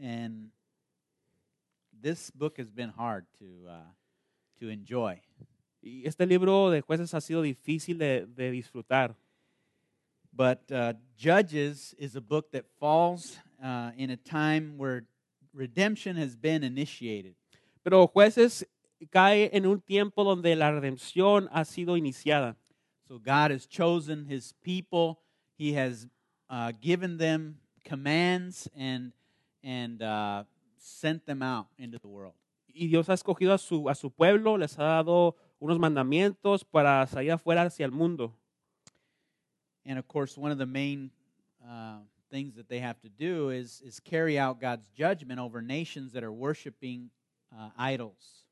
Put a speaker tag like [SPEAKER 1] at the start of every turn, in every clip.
[SPEAKER 1] and this book has been hard to uh, to enjoy.
[SPEAKER 2] Y este libro de jueces ha sido difícil de, de disfrutar.
[SPEAKER 1] But uh, Judges is a book that falls uh, in a time where redemption has been initiated.
[SPEAKER 2] Pero jueces cae en un tiempo donde la redención ha sido iniciada.
[SPEAKER 1] So God has chosen His people. He has uh, given them commands and and uh, sent them out into the world.
[SPEAKER 2] Y Dios ha escogido a su, a su pueblo, les ha dado unos mandamientos para salir afuera hacia el mundo.
[SPEAKER 1] And of course, one of the main uh, things that they have to do is is carry out God's judgment over nations that are worshiping uh, idols.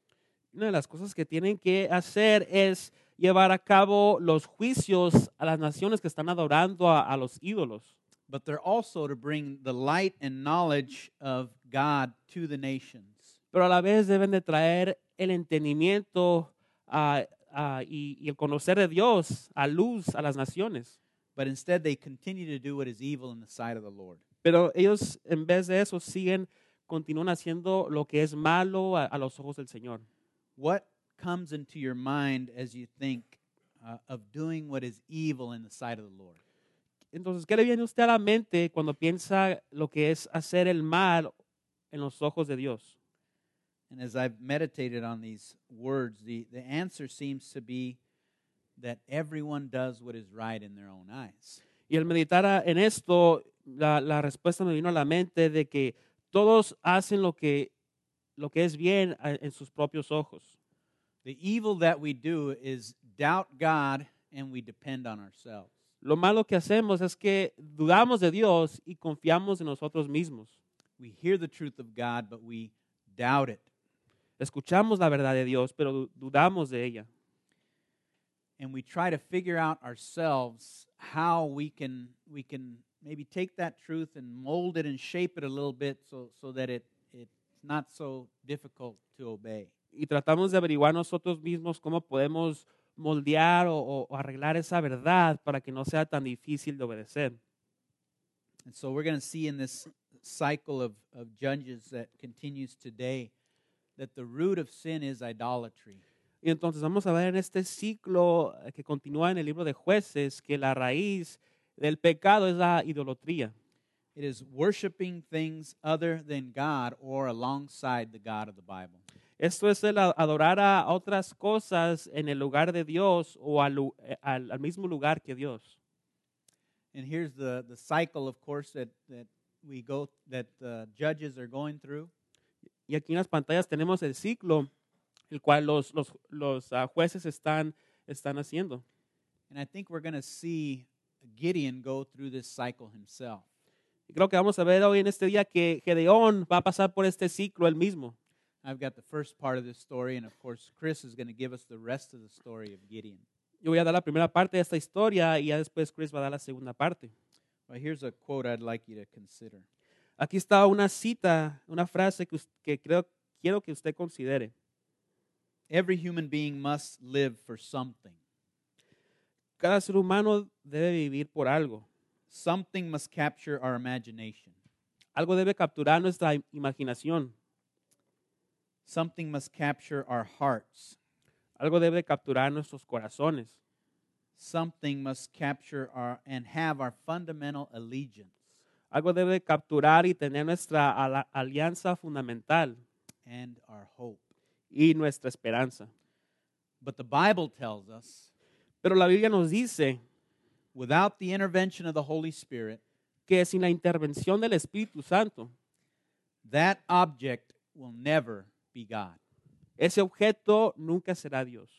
[SPEAKER 2] Una de las cosas que tienen que hacer es llevar a cabo los juicios a las naciones que están adorando a, a los ídolos.
[SPEAKER 1] But they're also to bring the light and knowledge of God to the nations.
[SPEAKER 2] Pero a la vez deben de traer el entendimiento ah, ah, y, y el conocer de Dios a luz a las naciones.
[SPEAKER 1] But instead, they continue to do what is evil in the sight of the Lord.
[SPEAKER 2] Pero ellos en vez de eso siguen, continúan haciendo lo que es malo a, a los ojos del Señor.
[SPEAKER 1] What comes into your mind as you think uh, of doing what is evil in the sight of the Lord?
[SPEAKER 2] Entonces, ¿qué le viene a usted a la mente cuando piensa lo que es hacer el mal en los ojos de Dios?
[SPEAKER 1] And as I've meditated on these words, the, the answer seems to be that everyone does what is right in their own eyes.
[SPEAKER 2] Y al meditar a- en esto, la, la respuesta me vino a la mente de que todos hacen lo que, lo que es bien a- en sus propios ojos.
[SPEAKER 1] The evil that we do is doubt God and we depend on ourselves.
[SPEAKER 2] Lo malo que hacemos es que dudamos de Dios y confiamos en nosotros mismos.
[SPEAKER 1] We hear the truth of God, but we doubt it.
[SPEAKER 2] Escuchamos la verdad de Dios, pero du- dudamos de ella.
[SPEAKER 1] And we try to figure out ourselves how we can, we can maybe take that truth and mold it and shape it a little bit so, so that it, it's not so difficult to obey.
[SPEAKER 2] y tratamos de averiguar nosotros mismos cómo podemos moldear o, o- o arreglar esa verdad para que no sea tan difícil de obedecer.
[SPEAKER 1] And so we're going to see in this cycle of, of judges that continues today that the root of sin is idolatry.
[SPEAKER 2] Y entonces vamos a ver en este ciclo eh, que continúa en el libro de jueces que la raíz del pecado es la idolatría.
[SPEAKER 1] It is worshiping things other than God or alongside the God of the Bible.
[SPEAKER 2] Esto es el a- adorar a a otras cosas en el lugar de Dios o al, lu- eh, al- al mismo lugar que Dios.
[SPEAKER 1] And here's the, the cycle, of course, that, that we go that the judges are going through.
[SPEAKER 2] Y aquí en las pantallas tenemos el ciclo, el cual los, los- los, ah, jueces están, están haciendo.
[SPEAKER 1] And I think we're going to see Gideon go through this cycle himself.
[SPEAKER 2] Y Creo que vamos a ver hoy en este día que Gedeón va a pasar por este ciclo él mismo.
[SPEAKER 1] I've got the first part of this story, and of course, Chris is going to give us the rest of the story of Gideon.
[SPEAKER 2] Yo voy a dar la primera parte de esta historia y ya después Chris va a dar la segunda parte.
[SPEAKER 1] Well, here's a quote I'd like you to consider.
[SPEAKER 2] Aquí está una cita, una frase que, us- que creo, quiero que usted considere.
[SPEAKER 1] Every human being must live for something.
[SPEAKER 2] Cada ser humano debe vivir por algo.
[SPEAKER 1] Something must capture our imagination.
[SPEAKER 2] Algo debe capturar nuestra im- imaginación.
[SPEAKER 1] Something must capture our hearts.
[SPEAKER 2] Algo debe capturar nuestros corazones.
[SPEAKER 1] Something must capture our and have our fundamental allegiance.
[SPEAKER 2] Algo debe capturar y tener nuestra ala- alianza fundamental
[SPEAKER 1] and our hope.
[SPEAKER 2] y nuestra esperanza.
[SPEAKER 1] But the Bible tells us
[SPEAKER 2] Pero la Biblia nos dice
[SPEAKER 1] without the intervention of the Holy Spirit,
[SPEAKER 2] que sin la intervención del Espíritu Santo,
[SPEAKER 1] that object will never be God.
[SPEAKER 2] ese objeto nunca será Dios.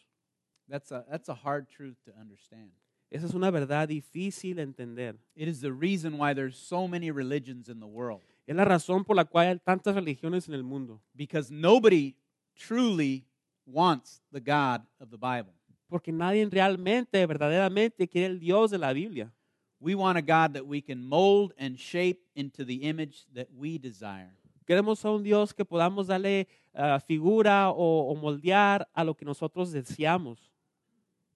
[SPEAKER 1] That's a, that's a hard truth to understand.
[SPEAKER 2] Esa es una verdad difícil de entender.
[SPEAKER 1] It is the reason why there's so many religions in the world
[SPEAKER 2] Es la razón por la cual hay tantas religiones en el mundo,
[SPEAKER 1] because nobody truly wants the God of the Bible.
[SPEAKER 2] porque nadie realmente, verdaderamente quiere el Dios de la Biblia.
[SPEAKER 1] We want a God that we can mold and shape into the image that we desire.
[SPEAKER 2] Queremos a un Dios que podamos darle ah, figura o, o moldear a lo que nosotros deseamos.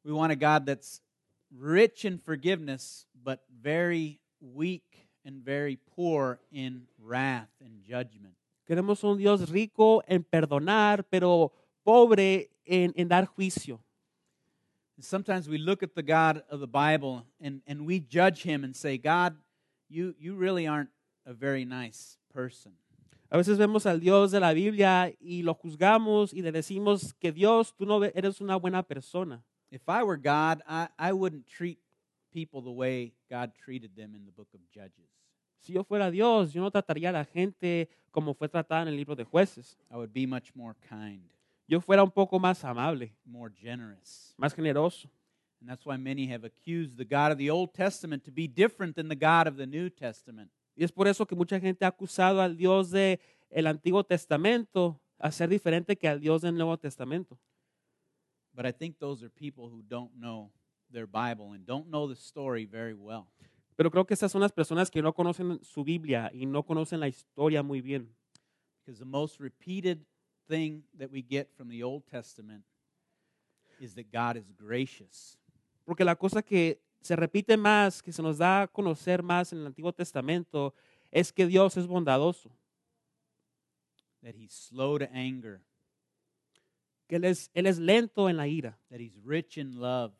[SPEAKER 1] We want a God that's rich in forgiveness, but very weak and very poor in wrath and judgment.
[SPEAKER 2] Queremos un Dios rico en perdonar, pero pobre en, en dar juicio.
[SPEAKER 1] And sometimes we look at the God of the Bible and, and we judge him and say, God, you, you really aren't a very nice person.
[SPEAKER 2] A veces vemos al Dios de la Biblia y lo juzgamos y le decimos que Dios, tú no eres una buena persona.
[SPEAKER 1] If I were God, I, I wouldn't treat people the way God treated them in the book of Judges.
[SPEAKER 2] Si yo fuera Dios, yo no trataría a la gente como fue tratada en el libro de jueces.
[SPEAKER 1] I would be much more kind,
[SPEAKER 2] Yo fuera un poco más amable,
[SPEAKER 1] more generous.
[SPEAKER 2] más generoso.
[SPEAKER 1] And that's why many have accused the God of the Old Testament to be different than the God of the New Testament.
[SPEAKER 2] Y es por eso que mucha gente ha acusado al Dios del el Antiguo Testamento a ser diferente que al Dios del Nuevo Testamento.
[SPEAKER 1] But I think those are people who don't know their Bible and don't know the story very well.
[SPEAKER 2] Pero creo que esas son las personas que no conocen su Biblia y no conocen la historia muy bien.
[SPEAKER 1] Because the most repeated thing that we get from the Old Testament is that God is gracious.
[SPEAKER 2] Porque la cosa que se repite más, que se nos da a conocer más en el Antiguo Testamento, es que Dios es bondadoso,
[SPEAKER 1] that he's slow to anger,
[SPEAKER 2] que Él es, Él es lento en la ira,
[SPEAKER 1] that he's rich in love,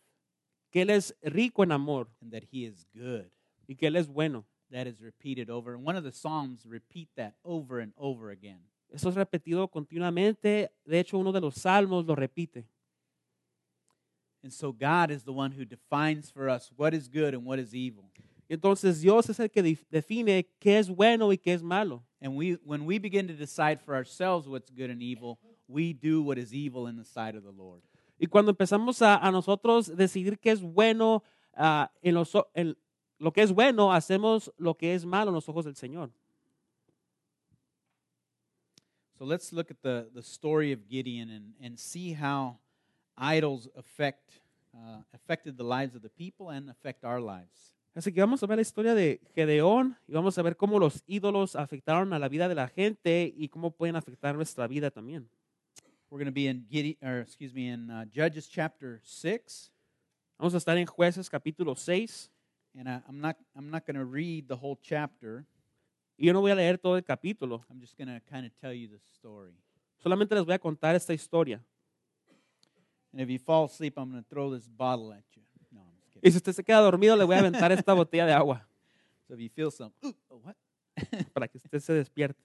[SPEAKER 2] que Él es rico en amor
[SPEAKER 1] and that he is good.
[SPEAKER 2] y que Él es bueno.
[SPEAKER 1] That is repeated over. And one of the Psalms repeat that over and over again.
[SPEAKER 2] Eso es repetido continuamente. De hecho, uno de los salmos lo repite.
[SPEAKER 1] And so God is the one who defines for us what is good and what is evil.
[SPEAKER 2] Entonces Dios es el que dif- define qué es bueno y qué es malo.
[SPEAKER 1] And we when we begin to decide for ourselves what's good and evil, we do what is evil in the sight of the Lord.
[SPEAKER 2] Y cuando empezamos a, a nosotros decidir qué es bueno, ah, en, los o- en lo que es bueno, hacemos lo que es malo en los ojos del Señor.
[SPEAKER 1] So let's look at the, the story of Gideon and, and see how idols affect uh, affected the lives of the people and affect our lives.
[SPEAKER 2] Así que vamos a ver la historia de Gedeón y vamos a ver cómo los ídolos afectaron a la vida de la gente y cómo pueden afectar nuestra vida también.
[SPEAKER 1] We're going to be in Gideon, or excuse me, in uh, Judges chapter six,
[SPEAKER 2] Vamos a estar en Jueces capítulo 6
[SPEAKER 1] and I, I'm not I'm not going to read the whole chapter.
[SPEAKER 2] y yo no voy a leer todo el capítulo,
[SPEAKER 1] I'm just going to kind of tell you the story.
[SPEAKER 2] solamente les voy a contar esta historia.
[SPEAKER 1] And if you fall asleep, I'm going to throw this bottle at you. No, I'm just kidding.
[SPEAKER 2] Y si usted se queda dormido, le voy a aventar esta botella de agua
[SPEAKER 1] So if you feel something, ooh, oh, what?
[SPEAKER 2] para que usted se despierte.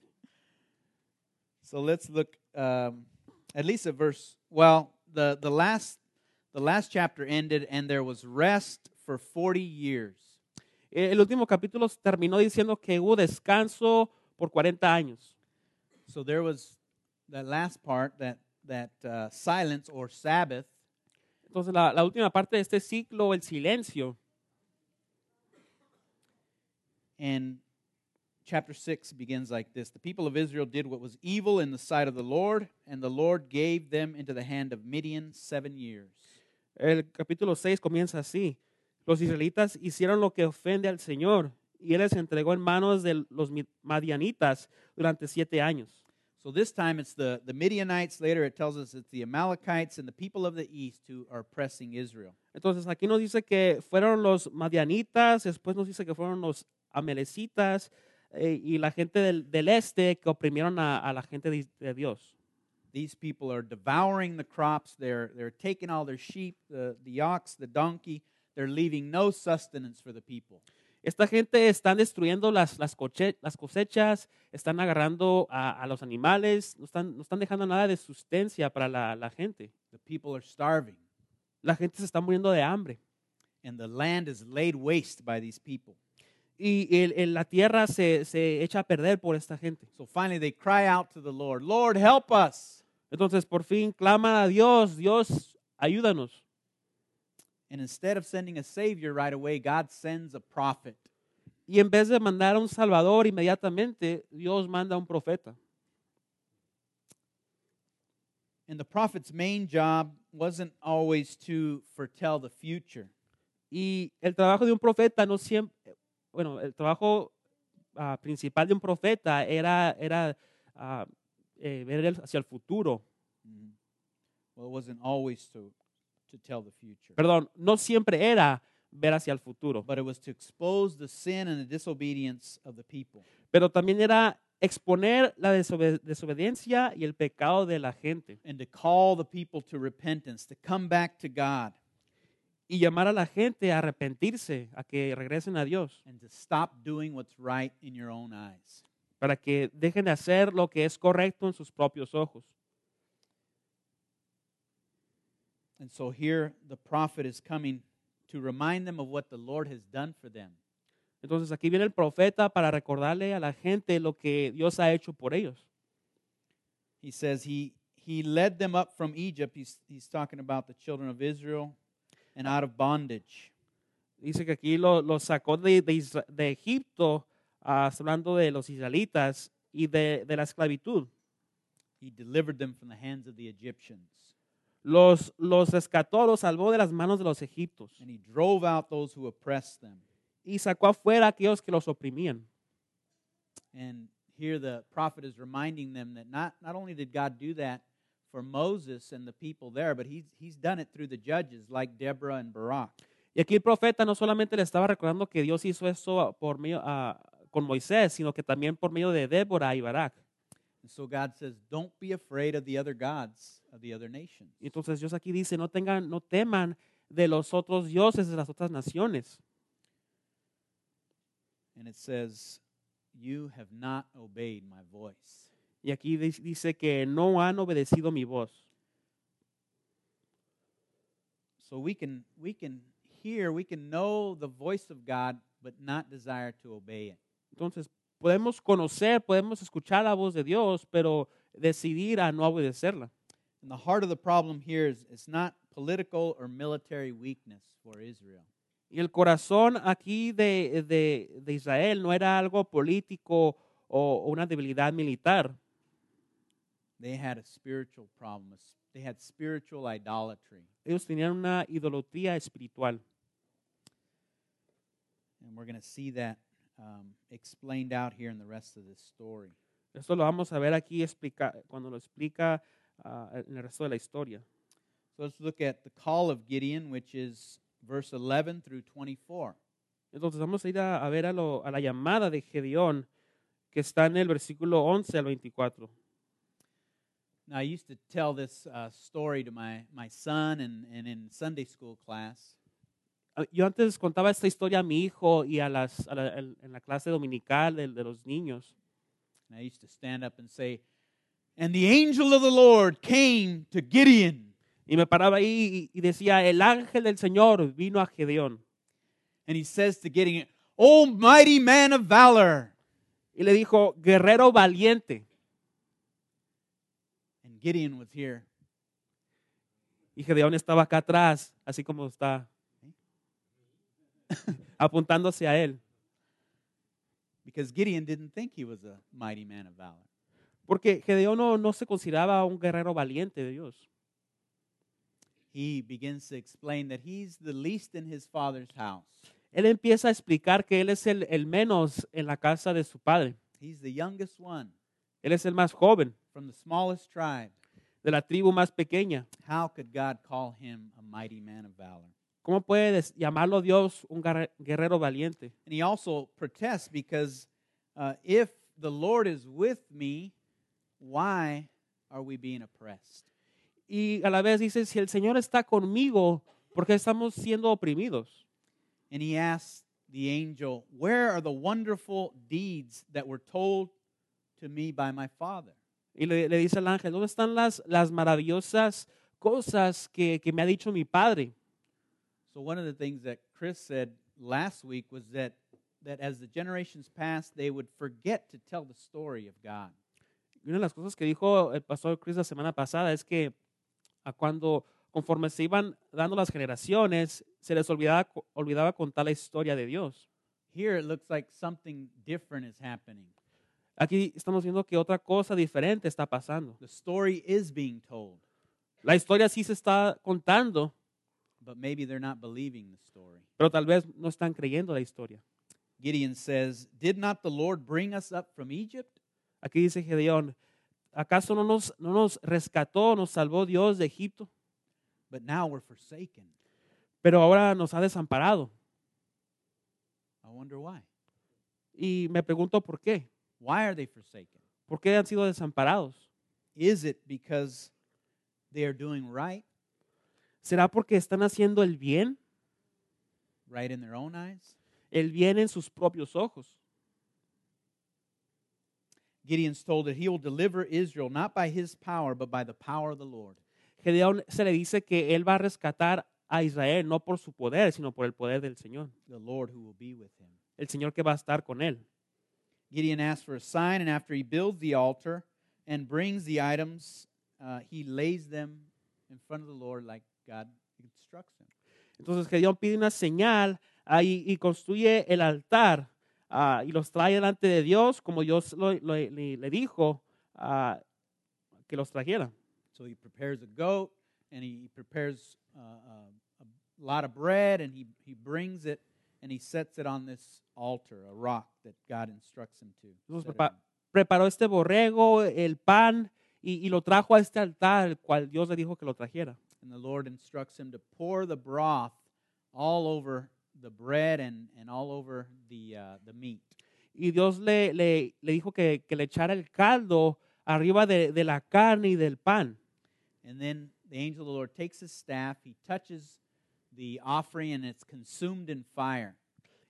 [SPEAKER 1] So let's look um, at least at verse. Well, the the last the last chapter ended, and there was rest for forty years.
[SPEAKER 2] Eh, El último capítulo terminó diciendo que hubo descanso por 40 años.
[SPEAKER 1] So there was that last part that that uh, silence or Sabbath
[SPEAKER 2] Entonces, la, la última parte de este ciclo, el silencio,
[SPEAKER 1] And chapter 6 begins like this The people of Israel did what was evil in the sight of the Lord, and the Lord gave them into the hand of Midian seven years.
[SPEAKER 2] El capítulo 6 comienza así. Los israelitas hicieron lo que ofende al Señor y Él les entregó en manos de los mi- madianitas durante siete años.
[SPEAKER 1] So this time it's the, the Midianites. Later it tells us it's the Amalekites and the people of the east who are pressing Israel.
[SPEAKER 2] Entonces aquí nos dice que fueron los madianitas, después nos dice que fueron los amelecitas eh, y la gente del, del este que oprimieron a, a la gente de, de Dios.
[SPEAKER 1] These people are devouring the crops. They're, they're taking all their sheep, the, the ox, the donkey. They're leaving no sustenance for the people.
[SPEAKER 2] Esta gente están destruyendo las, las, coche- las cosechas, están agarrando a, a los animales, no están, no están dejando nada de sustancia para la- la gente.
[SPEAKER 1] The people are starving,
[SPEAKER 2] La gente se está muriendo de hambre.
[SPEAKER 1] and the land is laid waste by these people.
[SPEAKER 2] Y el- el- la tierra se, se echa a perder por esta gente.
[SPEAKER 1] So finally, they cry out to the Lord, Lord, help us.
[SPEAKER 2] Entonces por fin claman a Dios, Dios, ayúdanos.
[SPEAKER 1] And instead of sending a Savior right away, God sends a prophet.
[SPEAKER 2] Y en vez de mandar a un Salvador inmediatamente, Dios manda a un profeta.
[SPEAKER 1] And the prophet's main job wasn't always to foretell the future,
[SPEAKER 2] Y el trabajo de un profeta no siempre, bueno, el trabajo ah, principal de un profeta era, era ah, eh, ver el- hacia el futuro.
[SPEAKER 1] well, it wasn't always to, to tell the future,
[SPEAKER 2] Perdón, no siempre era ver hacia el futuro,
[SPEAKER 1] but it was to expose the sin and the disobedience of the people.
[SPEAKER 2] pero también era exponer la desobe- desobediencia y el pecado de la gente
[SPEAKER 1] and to call the people to repentance, to come back to God,
[SPEAKER 2] y llamar a la gente a arrepentirse, a que regresen a Dios,
[SPEAKER 1] and to stop doing what's right in your own eyes.
[SPEAKER 2] para que dejen de hacer lo que es correcto en sus propios ojos.
[SPEAKER 1] And so here the prophet is coming to remind them of what the Lord has done for them.
[SPEAKER 2] Entonces aquí viene el profeta para recordarle a la gente lo que Dios ha hecho por ellos.
[SPEAKER 1] He says he he led them up from Egypt. He's he's talking about the children of Israel and out of bondage.
[SPEAKER 2] Dice que aquí lo- los sacó de, de Isra- de Egipto, ah, está hablando de los israelitas y de, de la esclavitud.
[SPEAKER 1] He delivered them from the hands of the Egyptians.
[SPEAKER 2] Los, los rescató, los salvó de las manos de los egiptos
[SPEAKER 1] And he drove out those who oppressed them.
[SPEAKER 2] y sacó afuera a aquellos que los oprimían.
[SPEAKER 1] And here the prophet is reminding them that not, not only did God do that for Moses and the people there, but he's, he's done it through the judges like Deborah and Barak.
[SPEAKER 2] Y aquí el profeta no solamente le estaba recordando que Dios hizo eso por medio, ah, con Moisés, sino que también por medio de Débora y Barak.
[SPEAKER 1] And so God says, Don't be afraid of the other gods of the other nations.
[SPEAKER 2] Y Entonces Dios aquí dice, no tengan, no teman de los otros dioses de las otras naciones.
[SPEAKER 1] And it says, You have not obeyed my voice.
[SPEAKER 2] Y aquí di- dice que no han obedecido mi voz.
[SPEAKER 1] So we can, we can hear, we can know the voice of God, but not desire to obey it.
[SPEAKER 2] Entonces podemos conocer, podemos escuchar la voz de Dios, pero decidir a no obedecerla.
[SPEAKER 1] And the heart of the problem here is it's not political or military weakness for Israel.
[SPEAKER 2] Y el corazón aquí de, de- de Israel no era algo político o, o una debilidad militar.
[SPEAKER 1] they had a spiritual problem. a s- They had spiritual idolatry.
[SPEAKER 2] Ellos tenían una idolatría espiritual.
[SPEAKER 1] And we're going to see that um, explained out here in the rest of this story.
[SPEAKER 2] Esto lo vamos a ver aquí explica- cuando lo explica ah, en el resto de la historia.
[SPEAKER 1] So let's look at the call of Gideon, which is verse 11 through 24.
[SPEAKER 2] Entonces vamos a ir a, a ver a, lo- a la llamada de Gedeón que está en el versículo 11 al 24.
[SPEAKER 1] Now, I used to tell this uh, story to my, my son and, and in Sunday school class.
[SPEAKER 2] Ah, Yo antes contaba esta historia a mi hijo y a las, a la- el- en la clase dominical de, de los niños.
[SPEAKER 1] And I used to stand up and say, And the angel of the Lord came to Gideon,
[SPEAKER 2] Y me paraba ahí y, y decía, el ángel del Señor vino a Gedeón.
[SPEAKER 1] and he says to Gideon, O mighty man of valor.
[SPEAKER 2] Y le dijo, guerrero valiente.
[SPEAKER 1] And Gideon was here.
[SPEAKER 2] Y Gedeón estaba acá atrás, así como está, apuntándose a él.
[SPEAKER 1] because Gideon didn't think he was a mighty man of valor.
[SPEAKER 2] Porque Gedeón no, no se consideraba un guerrero valiente de Dios.
[SPEAKER 1] He begins to explain that he's the least in his father's house.
[SPEAKER 2] Él empieza a explicar que él es el, el menos en la casa de su padre.
[SPEAKER 1] He's the youngest one
[SPEAKER 2] Él es el más joven,
[SPEAKER 1] from the smallest tribe.
[SPEAKER 2] de la tribu más pequeña.
[SPEAKER 1] How could God call him a mighty man of valor?
[SPEAKER 2] ¿Cómo puede des- llamarlo Dios un garre- guerrero valiente?
[SPEAKER 1] And he also protests because uh, if the Lord is with me, why are we being oppressed?
[SPEAKER 2] Y a la vez dice, si el Señor está conmigo, ¿por qué estamos siendo oprimidos?
[SPEAKER 1] And he asks the angel, Where are the wonderful deeds that were told to me by my father?
[SPEAKER 2] Y le, le dice al ángel, ¿dónde están las, las maravillosas cosas que, que me ha dicho mi padre?
[SPEAKER 1] So one of the things that Chris said last week was that that as the generations passed, they would forget to tell the story of God.
[SPEAKER 2] Y una de las cosas que dijo el pastor Chris la semana pasada es que a cuando conforme se iban dando las generaciones, se les olvidaba, co- olvidaba contar la historia de Dios.
[SPEAKER 1] Here it looks like something different is happening.
[SPEAKER 2] Aquí estamos viendo que otra cosa diferente está pasando.
[SPEAKER 1] The story is being told,
[SPEAKER 2] La historia sí se está contando,
[SPEAKER 1] but maybe they're not believing the story.
[SPEAKER 2] pero tal vez no están creyendo la historia.
[SPEAKER 1] Gideon says, "Did not the Lord bring us up from Egypt?"
[SPEAKER 2] Aquí dice Gedeón, ¿acaso no nos, no nos rescató, nos salvó Dios de Egipto?
[SPEAKER 1] But now we're forsaken.
[SPEAKER 2] Pero ahora nos ha desamparado.
[SPEAKER 1] I wonder why.
[SPEAKER 2] Y me pregunto por qué.
[SPEAKER 1] Why are they forsaken?
[SPEAKER 2] ¿Por qué han sido desamparados?
[SPEAKER 1] Is it because they are doing right,
[SPEAKER 2] ¿Será porque están haciendo el bien?
[SPEAKER 1] right in their own eyes?
[SPEAKER 2] El bien en sus propios ojos.
[SPEAKER 1] Gideon's told that he will deliver Israel not by his power, but by the power of the Lord.
[SPEAKER 2] Gedeón se le dice que él va a rescatar a Israel no por su poder, sino por el poder del Señor.
[SPEAKER 1] the Lord who will be with him.
[SPEAKER 2] El Señor que va a estar con él.
[SPEAKER 1] Gideon asks for a sign, and after he builds the altar and brings the items, uh, he lays them in front of the Lord like God instructs him.
[SPEAKER 2] Entonces Gedeón pide una señal ah, y- y construye el altar ah, y los trae delante de Dios, como Dios lo- lo- le, le dijo ah, que los trajera.
[SPEAKER 1] So he prepares a goat, and he prepares uh, a, a lot of bread, and he, he brings it, and he sets it on this altar, a rock that God instructs him to.
[SPEAKER 2] Entonces,
[SPEAKER 1] set it
[SPEAKER 2] prepa-
[SPEAKER 1] on.
[SPEAKER 2] preparó este borrego, el pan, y, y lo trajo a este altar, el cual Dios le dijo que lo trajera.
[SPEAKER 1] And the Lord instructs him to pour the broth all over the bread and, and all over the, uh, the meat.
[SPEAKER 2] Y Dios le, le- le dijo que, que le echara el caldo arriba de, de la carne y del pan.
[SPEAKER 1] And then the angel of the Lord takes his staff, he touches the offering, and it's consumed in fire.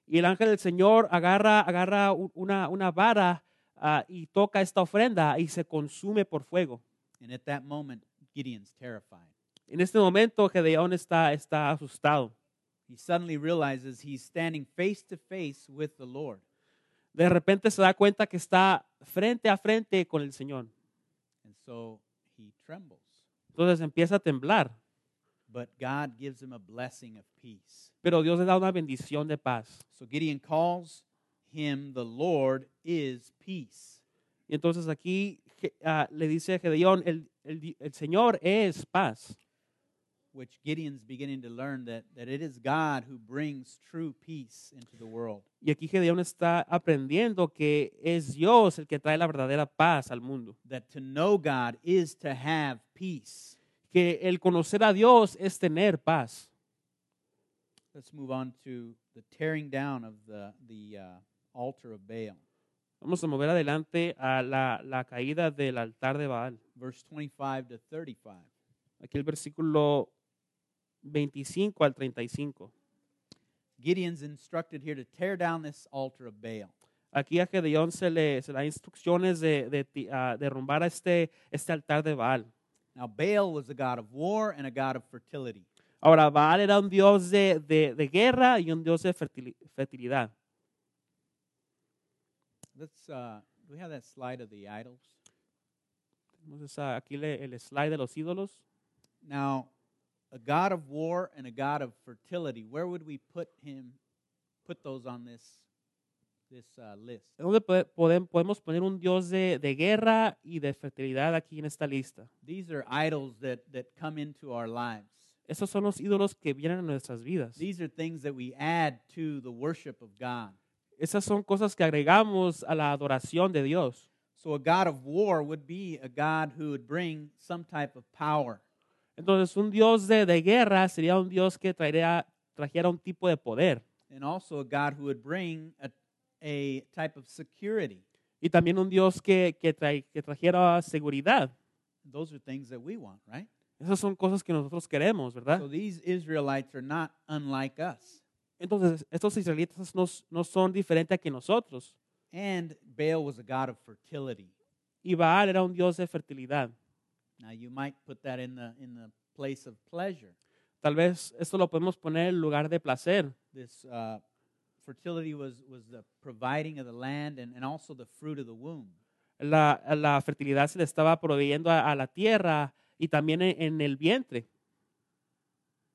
[SPEAKER 2] Y el ángel del Señor agarra, agarra u- una, una vara ah, y toca esta ofrenda y se consume por fuego.
[SPEAKER 1] And at that moment, Gideon's terrified.
[SPEAKER 2] En este momento Gedeón está, está asustado.
[SPEAKER 1] He suddenly realizes he's standing face to face with the Lord.
[SPEAKER 2] De repente se da cuenta que está frente a frente con el Señor.
[SPEAKER 1] And so he trembles.
[SPEAKER 2] Entonces empieza a temblar,
[SPEAKER 1] But God gives him a blessing of peace.
[SPEAKER 2] pero Dios le da una bendición de paz.
[SPEAKER 1] So Gideon calls him, the Lord is peace.
[SPEAKER 2] Y entonces aquí Je- ah, le dice a Gedeón, el, el di- el Señor es paz.
[SPEAKER 1] Which Gideon's beginning to learn that, that it is God who brings true peace into the world.
[SPEAKER 2] Y aquí Gedeón está aprendiendo que es Dios el que trae la verdadera paz al mundo.
[SPEAKER 1] That to know God is to have peace.
[SPEAKER 2] Que el conocer a Dios es tener paz.
[SPEAKER 1] Let's move on to the tearing down of the, the uh, altar of Baal.
[SPEAKER 2] Vamos a mover adelante a la, la caída del altar de Baal.
[SPEAKER 1] Verse 25 to 35.
[SPEAKER 2] Aquí el versículo 25 al 35.
[SPEAKER 1] Gideon's instructed here to tear down this altar of Baal.
[SPEAKER 2] Aquí a Gedeón se le, se le da instrucciones de, de ti- ah, derrumbar a este, este altar de Baal.
[SPEAKER 1] Now, Baal was a god of war and a god of fertility.
[SPEAKER 2] Ahora, Baal era un dios de, de- de guerra y un dios de fertili- fertilidad.
[SPEAKER 1] Let's, uh, do we have that slide of the idols?
[SPEAKER 2] Entonces, ah, aquí le- el slide de los ídolos.
[SPEAKER 1] Now, a god of war and a god of fertility, where would we put him, put those on this, this uh, list?
[SPEAKER 2] ¿Dónde pode- podem- podemos poner un dios de, de guerra y de fertilidad aquí en esta lista?
[SPEAKER 1] These are idols that, that come into our lives.
[SPEAKER 2] Esos son los ídolos que vienen a nuestras vidas.
[SPEAKER 1] These are things that we add to the worship of God.
[SPEAKER 2] Esas son cosas que agregamos a la adoración de Dios.
[SPEAKER 1] So, a God of war would be a God who would bring some type of power.
[SPEAKER 2] Entonces, un dios de, de guerra sería un dios que traería, trajera un tipo de poder
[SPEAKER 1] and also a God who would bring a, a type of security.
[SPEAKER 2] y también un dios que, que, trae- que trajera seguridad.
[SPEAKER 1] Those are things that we want, right?
[SPEAKER 2] Esas son cosas que nosotros queremos, ¿verdad?
[SPEAKER 1] So these Israelites are not unlike us.
[SPEAKER 2] Entonces, estos israelitas no, s- no son diferentes a que nosotros.
[SPEAKER 1] And Baal was a God of fertility.
[SPEAKER 2] Y Baal era un dios de fertilidad.
[SPEAKER 1] Now you might put that in the in the place of pleasure.
[SPEAKER 2] Tal vez esto lo podemos poner en lugar de placer.
[SPEAKER 1] This uh, fertility was was the providing of the land and, and also the fruit of the womb.
[SPEAKER 2] La, la fertilidad se le estaba proveyendo a, a la tierra y también en, en el vientre.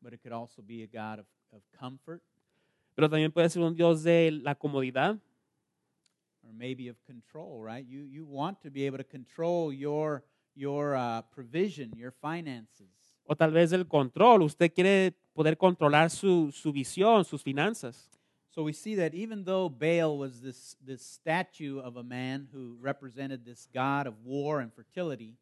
[SPEAKER 1] But it could also be a God of, of comfort
[SPEAKER 2] Pero también puede ser un dios de la comodidad
[SPEAKER 1] or maybe of control, right? You you want to be able to control your your uh, provision, your finances.
[SPEAKER 2] o tal vez del control. Usted quiere poder controlar su, su visión, sus finanzas.
[SPEAKER 1] So we see that even though Baal was this, this statue of a man who represented this god of war and fertility,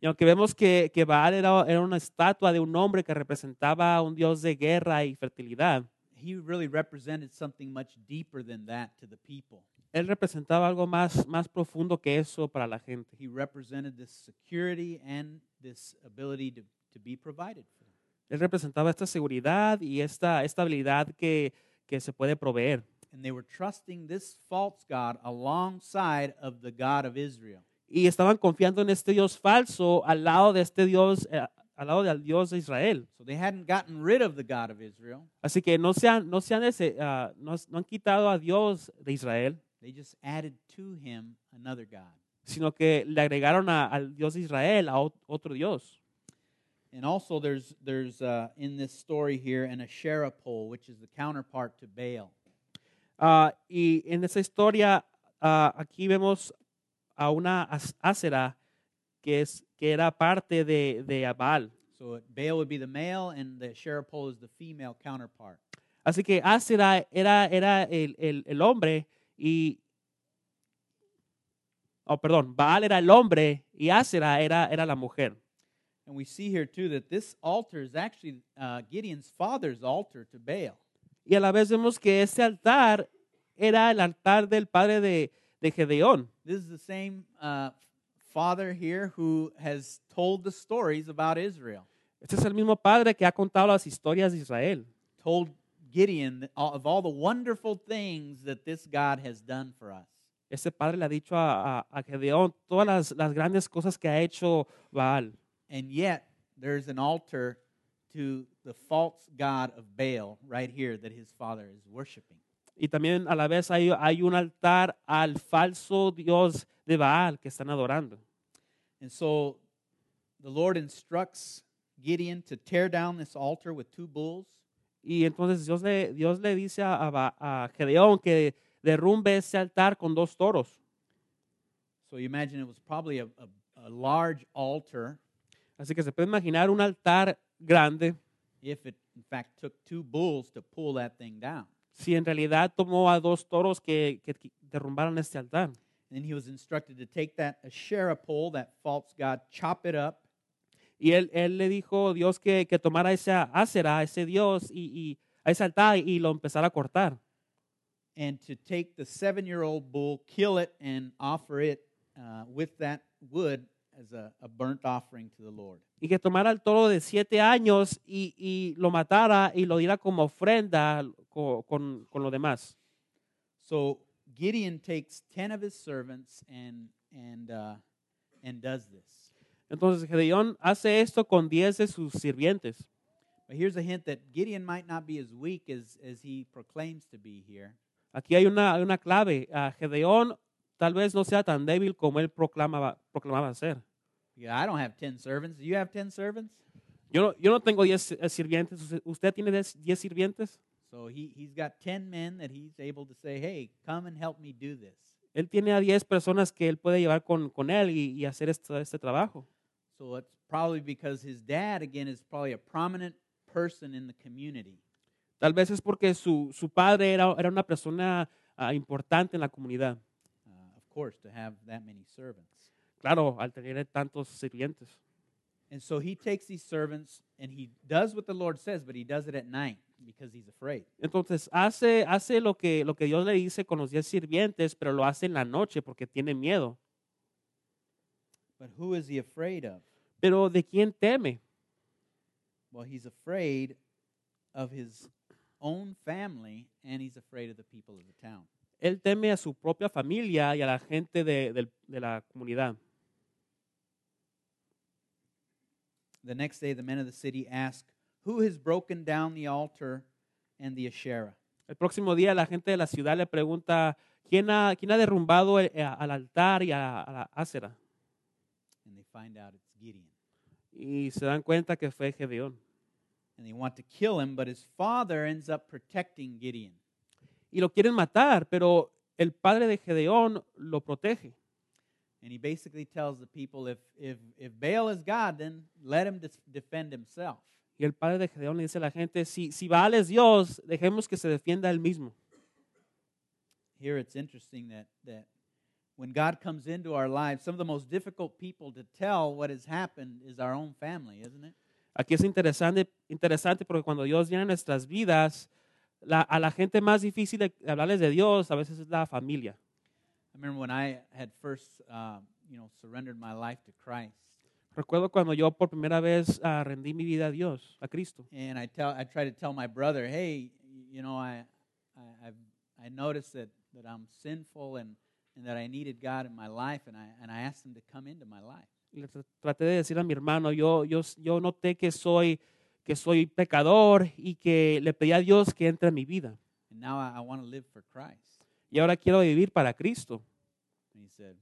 [SPEAKER 2] Y aunque vemos que, que Baal era, era una estatua de un hombre que representaba a un dios de guerra y fertilidad,
[SPEAKER 1] he really represented something much deeper than that to the people.
[SPEAKER 2] él representaba algo más, más profundo que eso para la gente.
[SPEAKER 1] He represented this security and this ability to, to be provided for.
[SPEAKER 2] Él representaba esta seguridad y esta, esta habilidad que, que se puede proveer.
[SPEAKER 1] And they were trusting this false God alongside of the God of Israel.
[SPEAKER 2] Y estaban confiando en este Dios falso al lado de este Dios, eh, al lado del Dios de Israel.
[SPEAKER 1] So they hadn't gotten rid of the God of Israel,
[SPEAKER 2] Así que no, se han, no, se han, dese- ah, no s- no han quitado a Dios de Israel,
[SPEAKER 1] they just added to him another God.
[SPEAKER 2] sino que le agregaron a- al Dios de Israel a ot- otro Dios.
[SPEAKER 1] And also, there's, there's uh, in this story here an Asherah pole, which is the counterpart to Baal.
[SPEAKER 2] Ah, y en esa historia, ah, aquí vemos a una as- ácera que, es, que era parte de, de Abal.
[SPEAKER 1] So it, Baal would be the male, and the Asherah pole is the female counterpart.
[SPEAKER 2] Así que ácera era, era el, el- el hombre y... Oh, perdón, Baal era el hombre y ácera era, era la mujer.
[SPEAKER 1] And we see here, too, that this altar is actually uh, Gideon's father's altar to Baal.
[SPEAKER 2] Y a la vez vemos que ese altar era el altar del padre de, de Gedeón.
[SPEAKER 1] This is the same uh, father here who has told the stories about Israel,
[SPEAKER 2] Este es el mismo padre que ha contado las historias de Israel.
[SPEAKER 1] told Gideon that all- of all the wonderful things that this God has done for us.
[SPEAKER 2] Este padre le ha dicho a, a- a Gedeón todas las, las grandes cosas que ha hecho Baal.
[SPEAKER 1] And yet, there's an altar to the false God of Baal right here that his father is worshiping.
[SPEAKER 2] Y también a la vez hay, hay un altar al falso dios de Baal que están adorando.
[SPEAKER 1] And so the Lord instructs Gideon to tear down this altar with two bulls.
[SPEAKER 2] Y entonces Dios le, Dios le dice a, a Ba- a Gedeón que derrumbe ese altar con dos toros.
[SPEAKER 1] So you imagine it was probably a, a, a large altar
[SPEAKER 2] Así que se puede imaginar un altar grande
[SPEAKER 1] if it, in fact, took two bulls to pull that thing down.
[SPEAKER 2] si en realidad tomó a dos toros que, que qui- derrumbaran este altar.
[SPEAKER 1] And then he was instructed to take that Asherah pole, that false god, chop it up,
[SPEAKER 2] Y él, él le dijo a Dios que, que tomara esa ácera, ese Dios, y, y- a ese altar y lo empezara a cortar.
[SPEAKER 1] and to take the seven year old bull, kill it, and offer it uh, with that wood as a, a burnt offering to the Lord.
[SPEAKER 2] Y que tomara el toro de siete años y, y lo matara y lo diera como ofrenda co- con, con lo demás.
[SPEAKER 1] So Gideon takes 10 of his servants and, and, uh, and does this.
[SPEAKER 2] Entonces Gedeón hace esto con diez de sus sirvientes.
[SPEAKER 1] But here's a hint that Gideon might not be as weak as, as he proclaims to be here.
[SPEAKER 2] Aquí hay una, hay una clave. Ah, Gedeón tal vez no sea tan débil como él proclamaba, proclamaba ser.
[SPEAKER 1] Yeah, I don't have 10 servants. Do you have 10 servants?
[SPEAKER 2] Yo no, yo no tengo 10 sirvientes. ¿Usted- ¿Usted tiene 10 sirvientes?
[SPEAKER 1] So he, he's got 10 men that he's able to say, hey, come and help me do this.
[SPEAKER 2] Él tiene a 10 personas que él puede llevar con, con él y, y hacer este, este trabajo.
[SPEAKER 1] So it's probably because his dad, again, is probably a prominent person in the community.
[SPEAKER 2] Tal vez es porque su, su padre era, era una persona ah, importante en la comunidad.
[SPEAKER 1] Uh, of course, to have that many servants.
[SPEAKER 2] Claro, al tener tantos sirvientes.
[SPEAKER 1] And so he takes these servants and he does what the Lord says, but he does it at night because he's afraid.
[SPEAKER 2] Entonces hace, hace lo, que, lo que Dios le dice con los 10 sirvientes, pero lo hace en la noche porque tiene miedo.
[SPEAKER 1] But who is he afraid of?
[SPEAKER 2] Pero ¿de quién teme?
[SPEAKER 1] Well, he's afraid of his own family and he's afraid of the people of the town.
[SPEAKER 2] Él teme a su propia familia y a la gente de, del- de la comunidad.
[SPEAKER 1] The next day, the men of the city ask, Who has broken down the altar and the Asherah?
[SPEAKER 2] El próximo día la gente de la ciudad le pregunta, ¿quién ha, quién ha derrumbado el- a- al altar y a, a la ácera?
[SPEAKER 1] And they find out it's Gideon.
[SPEAKER 2] Y se dan cuenta que fue Gedeón.
[SPEAKER 1] And they want to kill him, but his father ends up protecting Gideon.
[SPEAKER 2] Y lo quieren matar, pero el padre de Gedeón lo protege.
[SPEAKER 1] And he basically tells the people, If, if, if Baal is God, then let him dis- defend himself.
[SPEAKER 2] Y el padre de Gedeón le dice a la gente, si, si Baal es Dios, dejemos que se defienda él mismo.
[SPEAKER 1] Here it's interesting that, that when God comes into our lives, some of the most difficult people to tell what has happened is our own family, isn't it?
[SPEAKER 2] Aquí es interesante, interesante porque cuando Dios viene a nuestras vidas, la- a la gente más difícil de hablarles de Dios a veces es la familia.
[SPEAKER 1] remember when I had first, uh, you know, surrendered my life to Christ,
[SPEAKER 2] Recuerdo cuando yo por primera vez ah, rendí mi vida a Dios, a Cristo.
[SPEAKER 1] and I tell, I try to tell my brother, hey, you know, I, I, I've, I noticed that that I'm sinful and and that I needed God in my life, and I and I asked him to come into my life.
[SPEAKER 2] Y Le tr- traté de decir a mi hermano, yo, yo, yo noté que soy, que soy pecador y que le pedí a Dios que entre en mi vida.
[SPEAKER 1] And now I, I want to live for Christ.
[SPEAKER 2] Y ahora quiero vivir para Cristo.
[SPEAKER 1] And he said,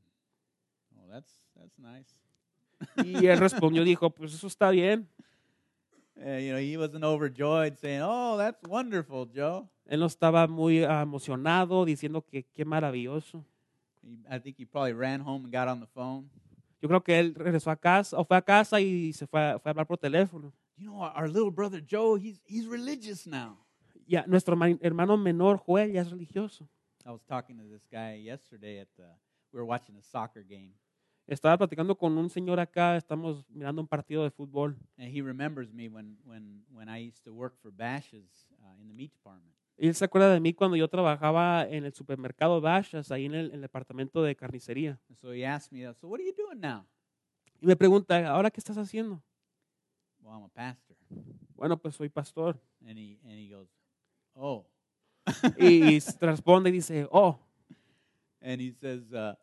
[SPEAKER 1] "Oh, that's that's nice."
[SPEAKER 2] Y él respondió, dijo, pues eso está bien.
[SPEAKER 1] Uh, you know, he wasn't overjoyed, saying, "Oh, that's wonderful, Joe."
[SPEAKER 2] Él no estaba muy ah, emocionado diciendo que qué maravilloso.
[SPEAKER 1] He, I think he probably ran home and got on the phone.
[SPEAKER 2] Yo creo que él regresó a casa o fue a casa y se fue a, fue a hablar por teléfono.
[SPEAKER 1] You know, our, our little brother Joe, he's he's religious now.
[SPEAKER 2] Ya, nuestro ma- hermano menor, Joel, ya es religioso.
[SPEAKER 1] I was talking to this guy yesterday at the. We were watching a soccer game,
[SPEAKER 2] Estaba platicando con un señor acá, estamos mirando un partido de fútbol.
[SPEAKER 1] and he remembers me when when when I used to work for Bash's uh, in the meat department.
[SPEAKER 2] Y él se acuerda de mí cuando yo trabajaba en el supermercado Bashas, ahí en el, en el departamento de carnicería.
[SPEAKER 1] And so he asked me, "So what are you doing now?"
[SPEAKER 2] Y me pregunta, ¿ahora qué estás haciendo?
[SPEAKER 1] Well, I'm a pastor,
[SPEAKER 2] Bueno, pues soy pastor.
[SPEAKER 1] and he and he goes, "Oh,"
[SPEAKER 2] Y, y responde y dice, oh.
[SPEAKER 1] and he says, uh,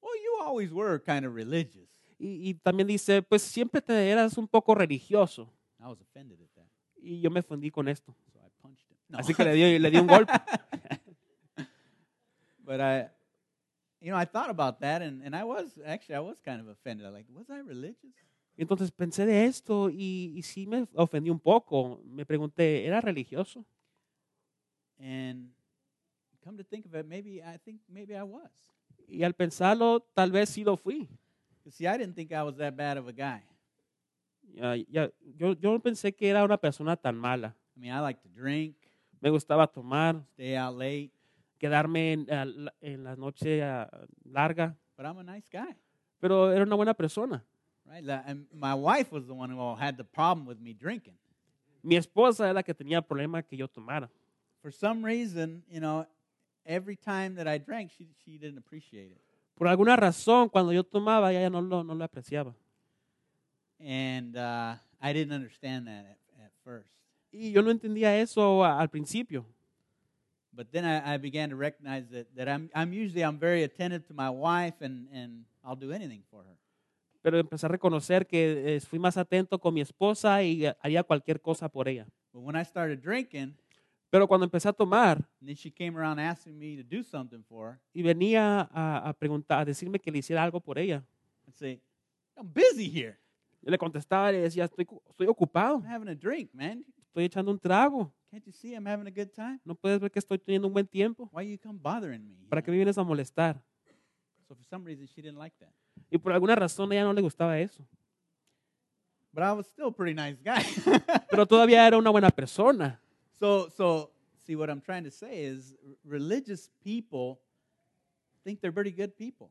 [SPEAKER 1] "Well, you always were kind of religious."
[SPEAKER 2] Y, y también dice, pues siempre te eras un poco religioso.
[SPEAKER 1] I was offended at that,
[SPEAKER 2] Y yo me fundí con esto.
[SPEAKER 1] so I punched him. No.
[SPEAKER 2] Así que le di, le di un golpe.
[SPEAKER 1] but I, you know, I thought about that, and, and I was actually I was kind of offended. I like, was I religious?
[SPEAKER 2] Y entonces pensé de esto y, y sí me ofendí un poco. Me pregunté, ¿era religioso?
[SPEAKER 1] And come to think of it, maybe I think maybe I was.
[SPEAKER 2] Y al pensarlo, tal vez sí lo fui.
[SPEAKER 1] 'Cause See, I didn't think I was that bad of a guy.
[SPEAKER 2] Ya- ya- yo, yo no pensé que era una persona tan mala.
[SPEAKER 1] I mean, I like to drink,
[SPEAKER 2] Me gustaba tomar,
[SPEAKER 1] stay out late,
[SPEAKER 2] quedarme en, ah, la- en la noche ah, larga,
[SPEAKER 1] but I'm a nice guy,
[SPEAKER 2] pero era una buena persona.
[SPEAKER 1] right? Like, and my wife was the one who all had the problem with me drinking.
[SPEAKER 2] Mi esposa era la que tenía problema que yo tomara.
[SPEAKER 1] For some reason, you know, every time that I drank, she she didn't appreciate it.
[SPEAKER 2] Por alguna razón, cuando yo tomaba, ella no lo, no lo apreciaba.
[SPEAKER 1] and uh, I didn't understand that at, at first.
[SPEAKER 2] Y yo no entendía eso a- al principio.
[SPEAKER 1] But then I, I began to recognize that, that I'm, I'm usually I'm very attentive to my wife and, and I'll do anything for her.
[SPEAKER 2] pero empecé a reconocer que eh, fui más atento con mi esposa y eh, haría cualquier cosa por ella.
[SPEAKER 1] But when I started drinking,
[SPEAKER 2] Pero cuando empecé a tomar
[SPEAKER 1] and then she came around asking me to do something for her,
[SPEAKER 2] y venía a, a preguntar, a decirme que le hiciera algo por ella,
[SPEAKER 1] I'd say, I'm busy here.
[SPEAKER 2] yo le contestaba y le decía, estoy, cu- estoy ocupado,
[SPEAKER 1] I'm having a drink, man.
[SPEAKER 2] estoy echando un trago,
[SPEAKER 1] Can't you see I'm having a good time?
[SPEAKER 2] no puedes ver que estoy teniendo un buen tiempo,
[SPEAKER 1] Why you come bothering me? you
[SPEAKER 2] ¿para
[SPEAKER 1] know?
[SPEAKER 2] qué me vienes a molestar?
[SPEAKER 1] So for some reason, she didn't like that.
[SPEAKER 2] Y por alguna razón a ella no le gustaba eso,
[SPEAKER 1] But I was still a pretty nice guy.
[SPEAKER 2] pero todavía era una buena persona.
[SPEAKER 1] So, so see what I'm trying to say is r- religious people think they're pretty good people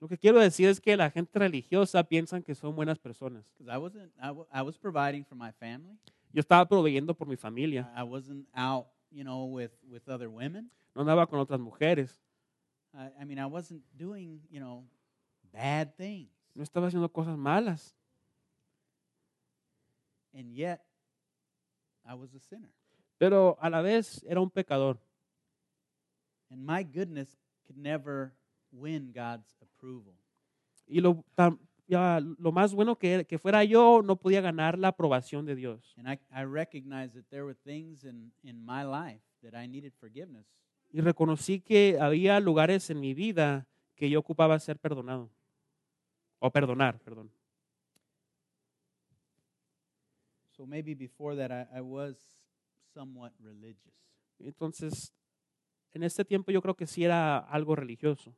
[SPEAKER 2] Lo que quiero decir es que la gente religiosa piensan que son buenas personas.
[SPEAKER 1] because I wasn't I, w- I was providing for my family.
[SPEAKER 2] Yo estaba proveyendo por mi familia,
[SPEAKER 1] I wasn't out, you know, with with other women.
[SPEAKER 2] no andaba con otras mujeres,
[SPEAKER 1] I, I mean, I wasn't doing, you know, bad things.
[SPEAKER 2] no estaba haciendo cosas malas.
[SPEAKER 1] And yet I was a sinner.
[SPEAKER 2] pero a la vez era un pecador.
[SPEAKER 1] And my goodness could never win God's approval.
[SPEAKER 2] Y lo, tan- ya, lo más bueno que, que fuera yo, no podía ganar la aprobación de Dios.
[SPEAKER 1] And I, I recognized that there were things in, in my life that I needed forgiveness
[SPEAKER 2] Y reconocí que había lugares en mi vida que yo ocupaba ser perdonado. O perdonar, perdón.
[SPEAKER 1] So maybe before that, I, I was somewhat religious.
[SPEAKER 2] Entonces, en este tiempo yo creo que sí era algo religioso.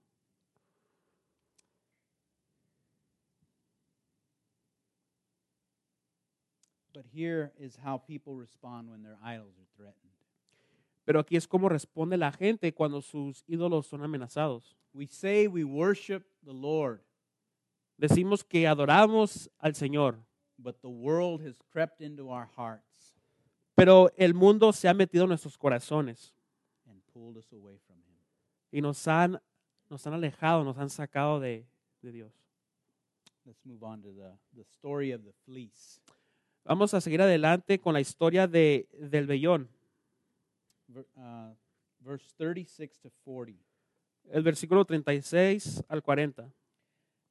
[SPEAKER 1] But here is how people respond when their idols are threatened.
[SPEAKER 2] Pero aquí es como responde la gente cuando sus ídolos son amenazados.
[SPEAKER 1] We say we worship the Lord,
[SPEAKER 2] Decimos que adoramos al Señor,
[SPEAKER 1] but the world has crept into our hearts
[SPEAKER 2] pero el mundo se ha metido en nuestros corazones
[SPEAKER 1] and pulled us away from Him.
[SPEAKER 2] y nos han nos han alejado, nos han sacado de, de Dios.
[SPEAKER 1] Let's move on to the, the story of the fleece.
[SPEAKER 2] Vamos a seguir adelante con la historia de, del vellón.
[SPEAKER 1] Ver- uh, verse 36 to 40.
[SPEAKER 2] El versículo 36 al 40.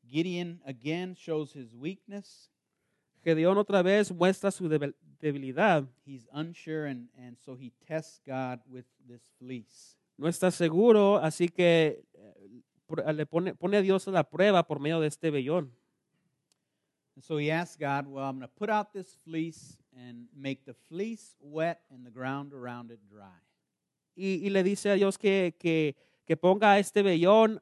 [SPEAKER 1] Gideon again shows his weakness.
[SPEAKER 2] Gedeón otra vez muestra su debil- debilidad.
[SPEAKER 1] He's unsure, and, and so he tests God with this fleece.
[SPEAKER 2] No está seguro, así que eh, pr- le pone, pone a Dios a la prueba por medio de este vellón.
[SPEAKER 1] And so he asks God, Well, I'm going to put out this fleece and make the fleece wet and the ground around it dry.
[SPEAKER 2] y, y le dice a Dios que, que, que ponga este vellón,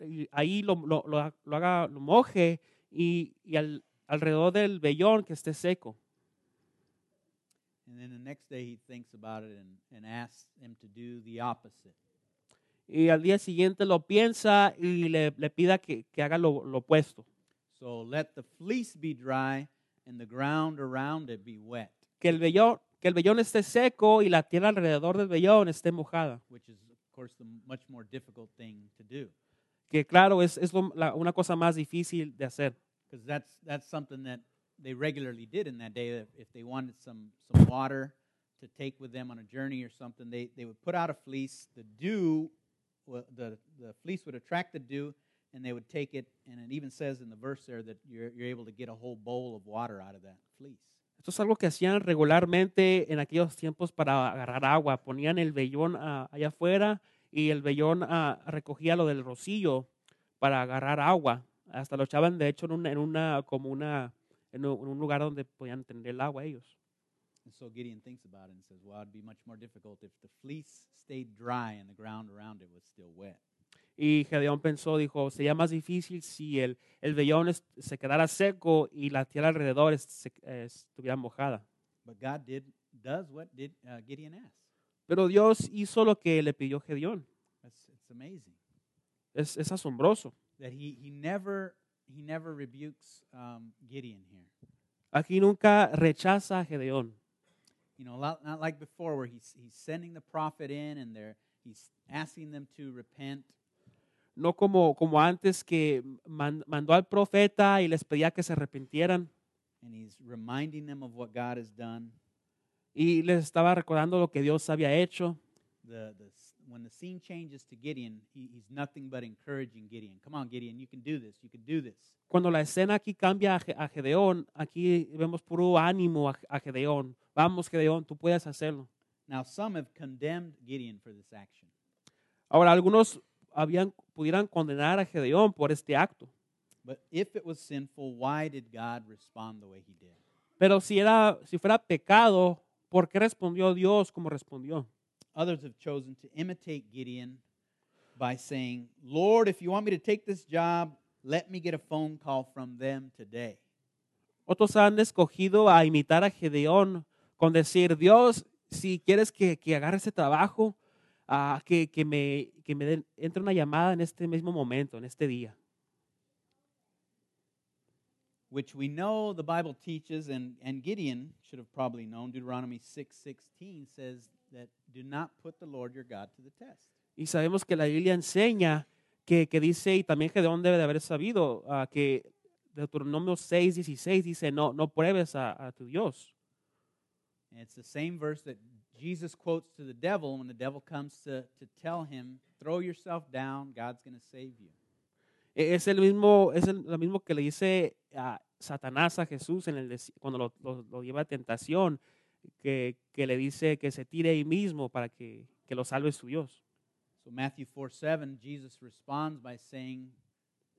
[SPEAKER 2] y ahí lo, lo, lo ha- lo haga, lo moje y, y al- alrededor del vellón que esté seco.
[SPEAKER 1] And then the next day he thinks about it and, and asks him to do the opposite.
[SPEAKER 2] Y al día siguiente lo piensa y le, le pida que, que haga lo, lo opuesto,
[SPEAKER 1] So let the fleece be dry and the ground around it be wet,
[SPEAKER 2] que el vellón, que el vellón esté seco y la tierra alrededor del vellón esté mojada.
[SPEAKER 1] which is, of course, the much more difficult thing to do.
[SPEAKER 2] Que claro, es, es lo- la- una cosa más difícil de hacer.
[SPEAKER 1] because that's that's something that they regularly did in that day. If, if they wanted some some water to take with them on a journey or something, they they would put out a fleece. The dew, wa- the the fleece would attract the dew, and they would take it. And it even says in the verse there that you're you're able to get a whole bowl of water out of that fleece.
[SPEAKER 2] Esto es algo que hacían regularmente en aquellos tiempos para agarrar agua. Ponían el vellón ah, allá afuera y el vellón ah, recogía lo del rocillo para agarrar agua. Hasta lo echaban, de hecho, en una, en una como una, en un- en un lugar donde podían tener el agua ellos.
[SPEAKER 1] And so Gideon thinks about it and says, "Well, it'd be much more difficult if the fleece stayed dry and the ground around it was still wet."
[SPEAKER 2] Y Gedeón pensó, dijo, sería más difícil si el, el vellón es- se quedara seco y la tierra alrededor es- se- eh, estuviera mojada.
[SPEAKER 1] But God did does what did uh, Gideon ask.
[SPEAKER 2] Pero Dios hizo lo que le pidió Gedeón.
[SPEAKER 1] That's it's amazing.
[SPEAKER 2] Es- es asombroso.
[SPEAKER 1] that he, he never he never rebukes um, Gideon here.
[SPEAKER 2] Aquí nunca rechaza a Gedeón.
[SPEAKER 1] You know, lot, not like before where he's he's sending the prophet in and they're he's asking them to repent.
[SPEAKER 2] no como, como antes que man- mandó al profeta y les pedía que se arrepintieran
[SPEAKER 1] And he's reminding them of what God has done.
[SPEAKER 2] y les estaba recordando lo que Dios había hecho.
[SPEAKER 1] The, the, s- when the scene changes to Gideon, he, he's nothing but encouraging Gideon. Come on, Gideon, you can do this. You can do this.
[SPEAKER 2] Cuando la escena aquí cambia a, Ge- a Gedeón, aquí vemos puro ánimo a, a Gedeón. Vamos, Gedeón, tú puedes hacerlo.
[SPEAKER 1] Now, some have condemned Gideon for this action.
[SPEAKER 2] Ahora, algunos habían, pudieran condenar a Gedeón por este acto,
[SPEAKER 1] But if it was sinful, why did God respond the way he did?
[SPEAKER 2] pero si, era, si fuera pecado, ¿por qué respondió Dios como respondió?
[SPEAKER 1] Others have chosen to imitate Gideon by saying, Lord, if you want me to take this job, let me get a phone call from them today.
[SPEAKER 2] Otros han escogido a imitar a Gedeón con decir, Dios, si quieres que, que agarre ese trabajo, ah, que, que me, que me den- entre una llamada en este mismo momento, en este día.
[SPEAKER 1] Which we know the Bible teaches, and, and Gideon should have probably known. Deuteronomy 6.16 says that do not put the Lord your God to the test.
[SPEAKER 2] Y sabemos que la Biblia enseña que, que dice, y también Gedeón debe de haber sabido, ah, que Deuteronomio 6, 16 dice, no, no pruebes a, a tu Dios.
[SPEAKER 1] And it's the same verse that Jesus quotes to the devil when the devil comes to, to tell him, throw yourself down, God's going to save you.
[SPEAKER 2] E- Es el mismo, es el- lo mismo que le dice a Satanás a Jesús en el desi- cuando lo, lo- lo lleva a tentación, que, que le dice que se tire ahí mismo para que, que lo salve su Dios.
[SPEAKER 1] So Matthew 4 7, Jesus responds by saying,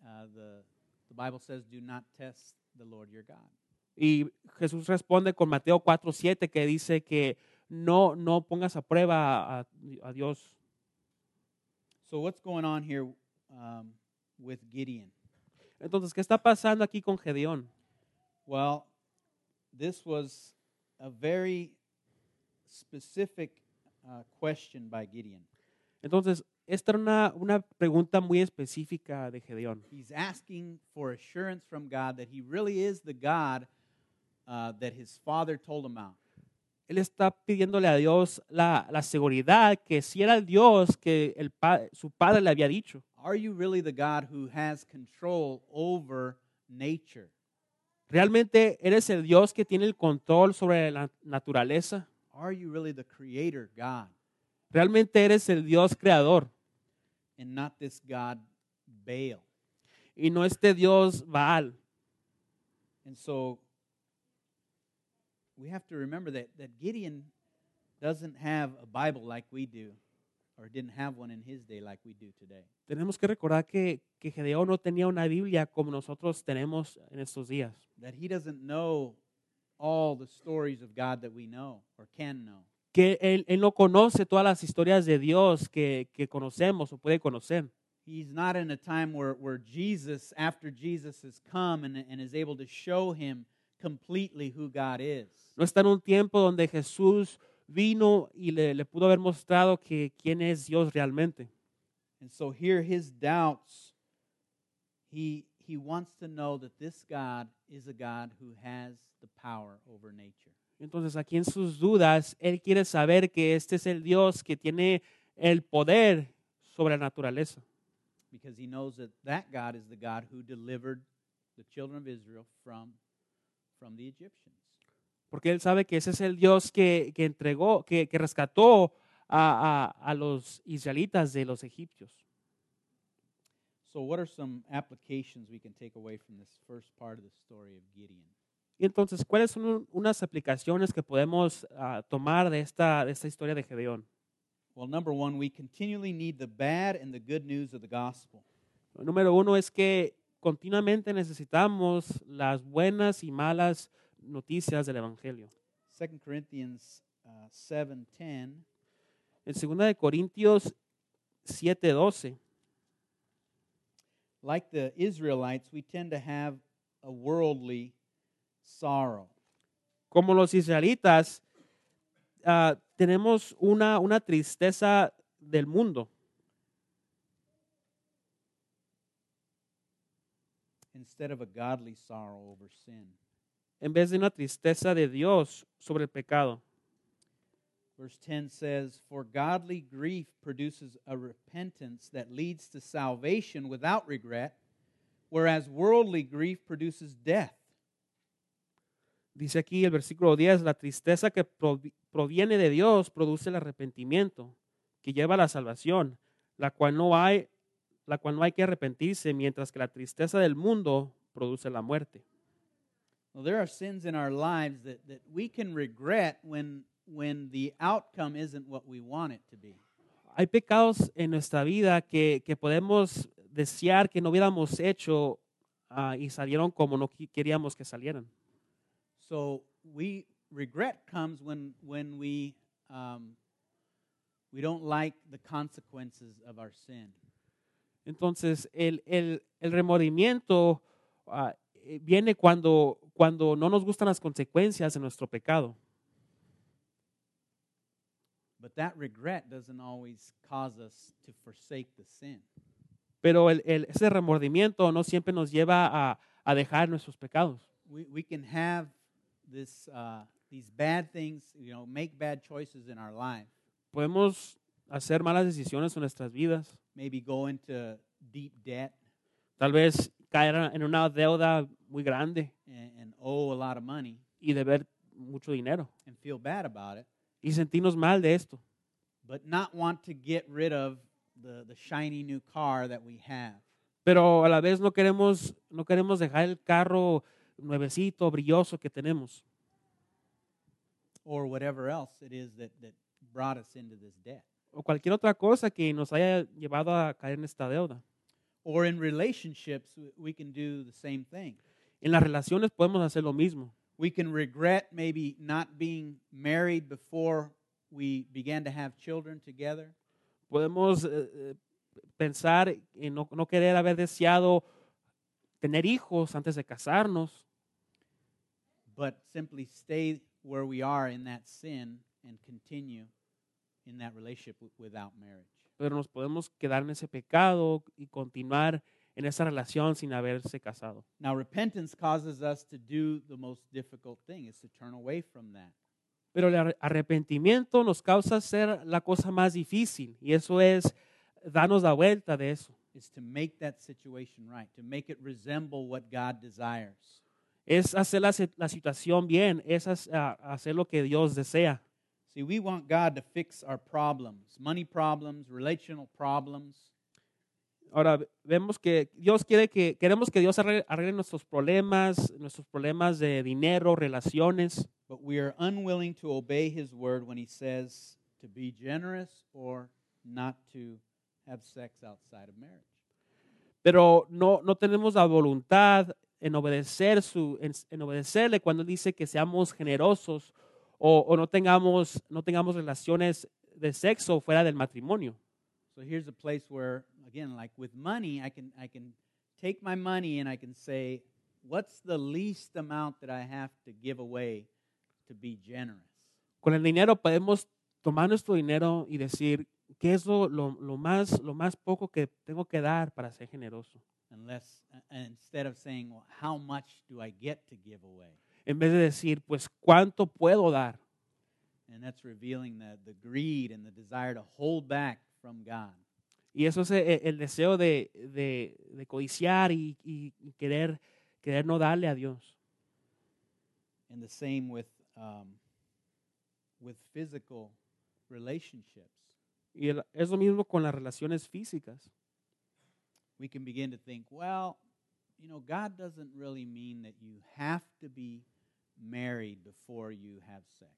[SPEAKER 1] uh, the, the Bible says, do not test the Lord your God.
[SPEAKER 2] Y Jesús responde con Mateo 4, 7, que dice que no, no pongas a prueba a, a Dios.
[SPEAKER 1] So what's going on here um, with Gideon?
[SPEAKER 2] Entonces, ¿qué está pasando aquí con Gedeón?
[SPEAKER 1] Well, this was a very specific uh, question by Gideon.
[SPEAKER 2] Entonces, esta era una, una pregunta muy específica de Gedeón.
[SPEAKER 1] He's asking for assurance from God that he really is the God uh, that his father told him out.
[SPEAKER 2] él está pidiéndole a Dios la, la seguridad que si era el Dios que el pa- su padre le había dicho.
[SPEAKER 1] Are you really the God who has control over nature?
[SPEAKER 2] ¿Realmente eres el Dios que tiene el control sobre la naturaleza?
[SPEAKER 1] Are you really the creator God
[SPEAKER 2] ¿Realmente eres el Dios creador
[SPEAKER 1] and not this God Baal?
[SPEAKER 2] y no este Dios Baal?
[SPEAKER 1] And so we have to remember that, that Gideon doesn't have a Bible like we do, or didn't have one in his day like we do today.
[SPEAKER 2] Tenemos que recordar que, que Gedeón no tenía una Biblia como nosotros tenemos en estos días.
[SPEAKER 1] That he doesn't know all the stories of God that we know or can know.
[SPEAKER 2] Que él, él no conoce todas las historias de Dios que, que conocemos o puede conocer.
[SPEAKER 1] He's not in a time where, where Jesus, after Jesus has come and, and is able to show him completely who God is.
[SPEAKER 2] No está en un tiempo donde Jesús vino y le, le pudo haber mostrado que quién es Dios realmente.
[SPEAKER 1] And so here his doubts, he he wants to know that this God is a God who has the power over nature.
[SPEAKER 2] Entonces aquí en sus dudas, él quiere saber que este es el Dios que tiene el poder sobre la naturaleza.
[SPEAKER 1] Because he knows that that God is the God who delivered the children of Israel from, from the Egyptians.
[SPEAKER 2] Porque él sabe que ese es el Dios que, que entregó, que, que rescató a, a- a los israelitas de los egipcios.
[SPEAKER 1] So, what are some applications we can take away from this first part of the story of Gideon?
[SPEAKER 2] Y entonces, ¿cuáles son un- unas aplicaciones que podemos ah, tomar de esta, de esta historia de Gedeón?
[SPEAKER 1] Well, number one, we continually need the bad and the good news of the gospel.
[SPEAKER 2] Número uno es que continuamente necesitamos las buenas y malas noticias del Evangelio.
[SPEAKER 1] 2 Corinthians uh, 7.10,
[SPEAKER 2] En 2 Corintios 7:12,
[SPEAKER 1] like the Israelites, we tend to have a worldly sorrow.
[SPEAKER 2] como los israelitas, ah, tenemos una, una tristeza del mundo.
[SPEAKER 1] instead of a godly sorrow over sin.
[SPEAKER 2] en vez de una tristeza de Dios sobre el pecado.
[SPEAKER 1] Verse 10 says, For godly grief produces a repentance that leads to salvation without regret, whereas worldly grief produces death.
[SPEAKER 2] Dice aquí el versículo 10, la tristeza que provi- proviene de Dios produce el arrepentimiento, que lleva a la salvación, la cual no hay la cual no hay que arrepentirse, mientras que la tristeza del mundo produce la muerte.
[SPEAKER 1] Well, there are sins in our lives that, that we can regret when, when the outcome isn't what we want it to be.
[SPEAKER 2] Hay pecados en nuestra vida que, que podemos desear que no hubiéramos hecho ah, y salieron como no qui- queríamos que salieran.
[SPEAKER 1] So we regret comes when, when we, um, we don't like the consequences of our sin.
[SPEAKER 2] Entonces, el, el, el remordimiento ah, eh, viene cuando, cuando no nos gustan las consecuencias de nuestro pecado.
[SPEAKER 1] But that regret doesn't always cause us to forsake the sin.
[SPEAKER 2] Pero el, el- ese remordimiento no siempre nos lleva a, a dejar nuestros pecados.
[SPEAKER 1] We, we can have this, uh, these bad things, you know, make bad choices in our life,
[SPEAKER 2] Podemos hacer malas decisiones en nuestras vidas,
[SPEAKER 1] maybe go into deep debt
[SPEAKER 2] tal vez caer en una deuda muy grande
[SPEAKER 1] and, and owe a lot of money
[SPEAKER 2] y deber mucho dinero
[SPEAKER 1] and feel bad about it,
[SPEAKER 2] y sentirnos mal de esto,
[SPEAKER 1] but not want to get rid of the, the shiny new car that we have.
[SPEAKER 2] pero a la vez no queremos, no queremos dejar el carro nuevecito, brilloso que tenemos.
[SPEAKER 1] Or whatever else it is that, that brought us into this debt.
[SPEAKER 2] o cualquier otra cosa que nos haya llevado a caer en esta deuda.
[SPEAKER 1] Or in relationships, we- we can do the same thing.
[SPEAKER 2] En las relaciones podemos hacer lo mismo.
[SPEAKER 1] We can regret maybe not being married before we began to have children together.
[SPEAKER 2] Podemos eh, eh, pensar en no, no querer haber deseado tener hijos antes de casarnos,
[SPEAKER 1] but simply stay where we are in that sin and continue in that relationship w- without marriage.
[SPEAKER 2] pero nos podemos quedar en ese pecado y continuar en esa relación sin haberse casado.
[SPEAKER 1] Now, repentance causes us to do the most difficult thing, is to turn away from that.
[SPEAKER 2] Pero el ar- arrepentimiento nos causa hacer la cosa más difícil y eso es darnos la vuelta de eso.
[SPEAKER 1] is to make that situation right, to make it resemble what God desires.
[SPEAKER 2] Es hacer la, si- la situación bien, es hac- a- hacer lo que Dios desea.
[SPEAKER 1] See, we want God to fix our problems, money problems, relational problems,
[SPEAKER 2] Ahora ve- vemos que Dios quiere que queremos que Dios arregle, arregle nuestros problemas, nuestros problemas de dinero, relaciones,
[SPEAKER 1] but we are unwilling to obey His word when He says to be generous or not to have sex outside of marriage.
[SPEAKER 2] pero no, no tenemos la voluntad en obedecer su en, en obedecerle cuando él dice que seamos generosos o, o no tengamos no tengamos relaciones de sexo fuera del matrimonio.
[SPEAKER 1] So here's a place where, again, like with money, I can, I can take my money and I can say, what's the least amount that I have to give away to be generous?
[SPEAKER 2] Con el dinero podemos tomar nuestro dinero y decir qué es lo, lo- lo más lo más poco que tengo que dar para ser generoso.
[SPEAKER 1] Unless, uh, instead of saying, well, how much do I get to give away?
[SPEAKER 2] En vez de decir, pues cuánto puedo dar.
[SPEAKER 1] And that's revealing the, the greed and the desire to hold back from God.
[SPEAKER 2] Y eso es eh, el deseo de, de- de codiciar y, y- y querer, querer no darle a Dios.
[SPEAKER 1] And the same with, um, with physical relationships.
[SPEAKER 2] Y el- es lo mismo con las relaciones físicas.
[SPEAKER 1] We can begin to think, well, you know, God doesn't really mean that you have to be married before you have sex.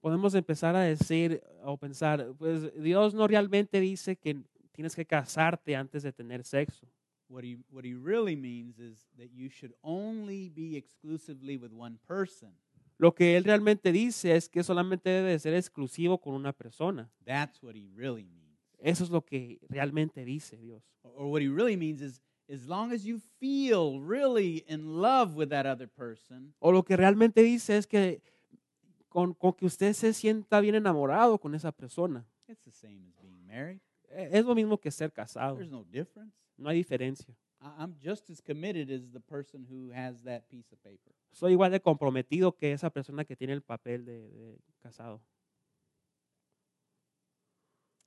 [SPEAKER 2] Podemos empezar a decir o pensar, pues Dios no realmente dice que tienes que casarte antes de tener sexo.
[SPEAKER 1] What he, what he really means is that you should only be exclusively with one person.
[SPEAKER 2] Lo que Él realmente dice es que solamente debe de ser exclusivo con una persona.
[SPEAKER 1] That's what he really means.
[SPEAKER 2] Eso es lo que realmente dice Dios.
[SPEAKER 1] Or- Or what he really means is as long as you feel really in love with that other person,
[SPEAKER 2] O lo que realmente dice es que con, con que usted se sienta bien enamorado con esa persona.
[SPEAKER 1] it's the same as being married.
[SPEAKER 2] Eh, Es lo mismo que ser casado.
[SPEAKER 1] There's no difference.
[SPEAKER 2] No hay diferencia.
[SPEAKER 1] I- I'm just as committed as the person who has that piece of paper.
[SPEAKER 2] Soy igual de comprometido que esa persona que tiene el papel de, de casado.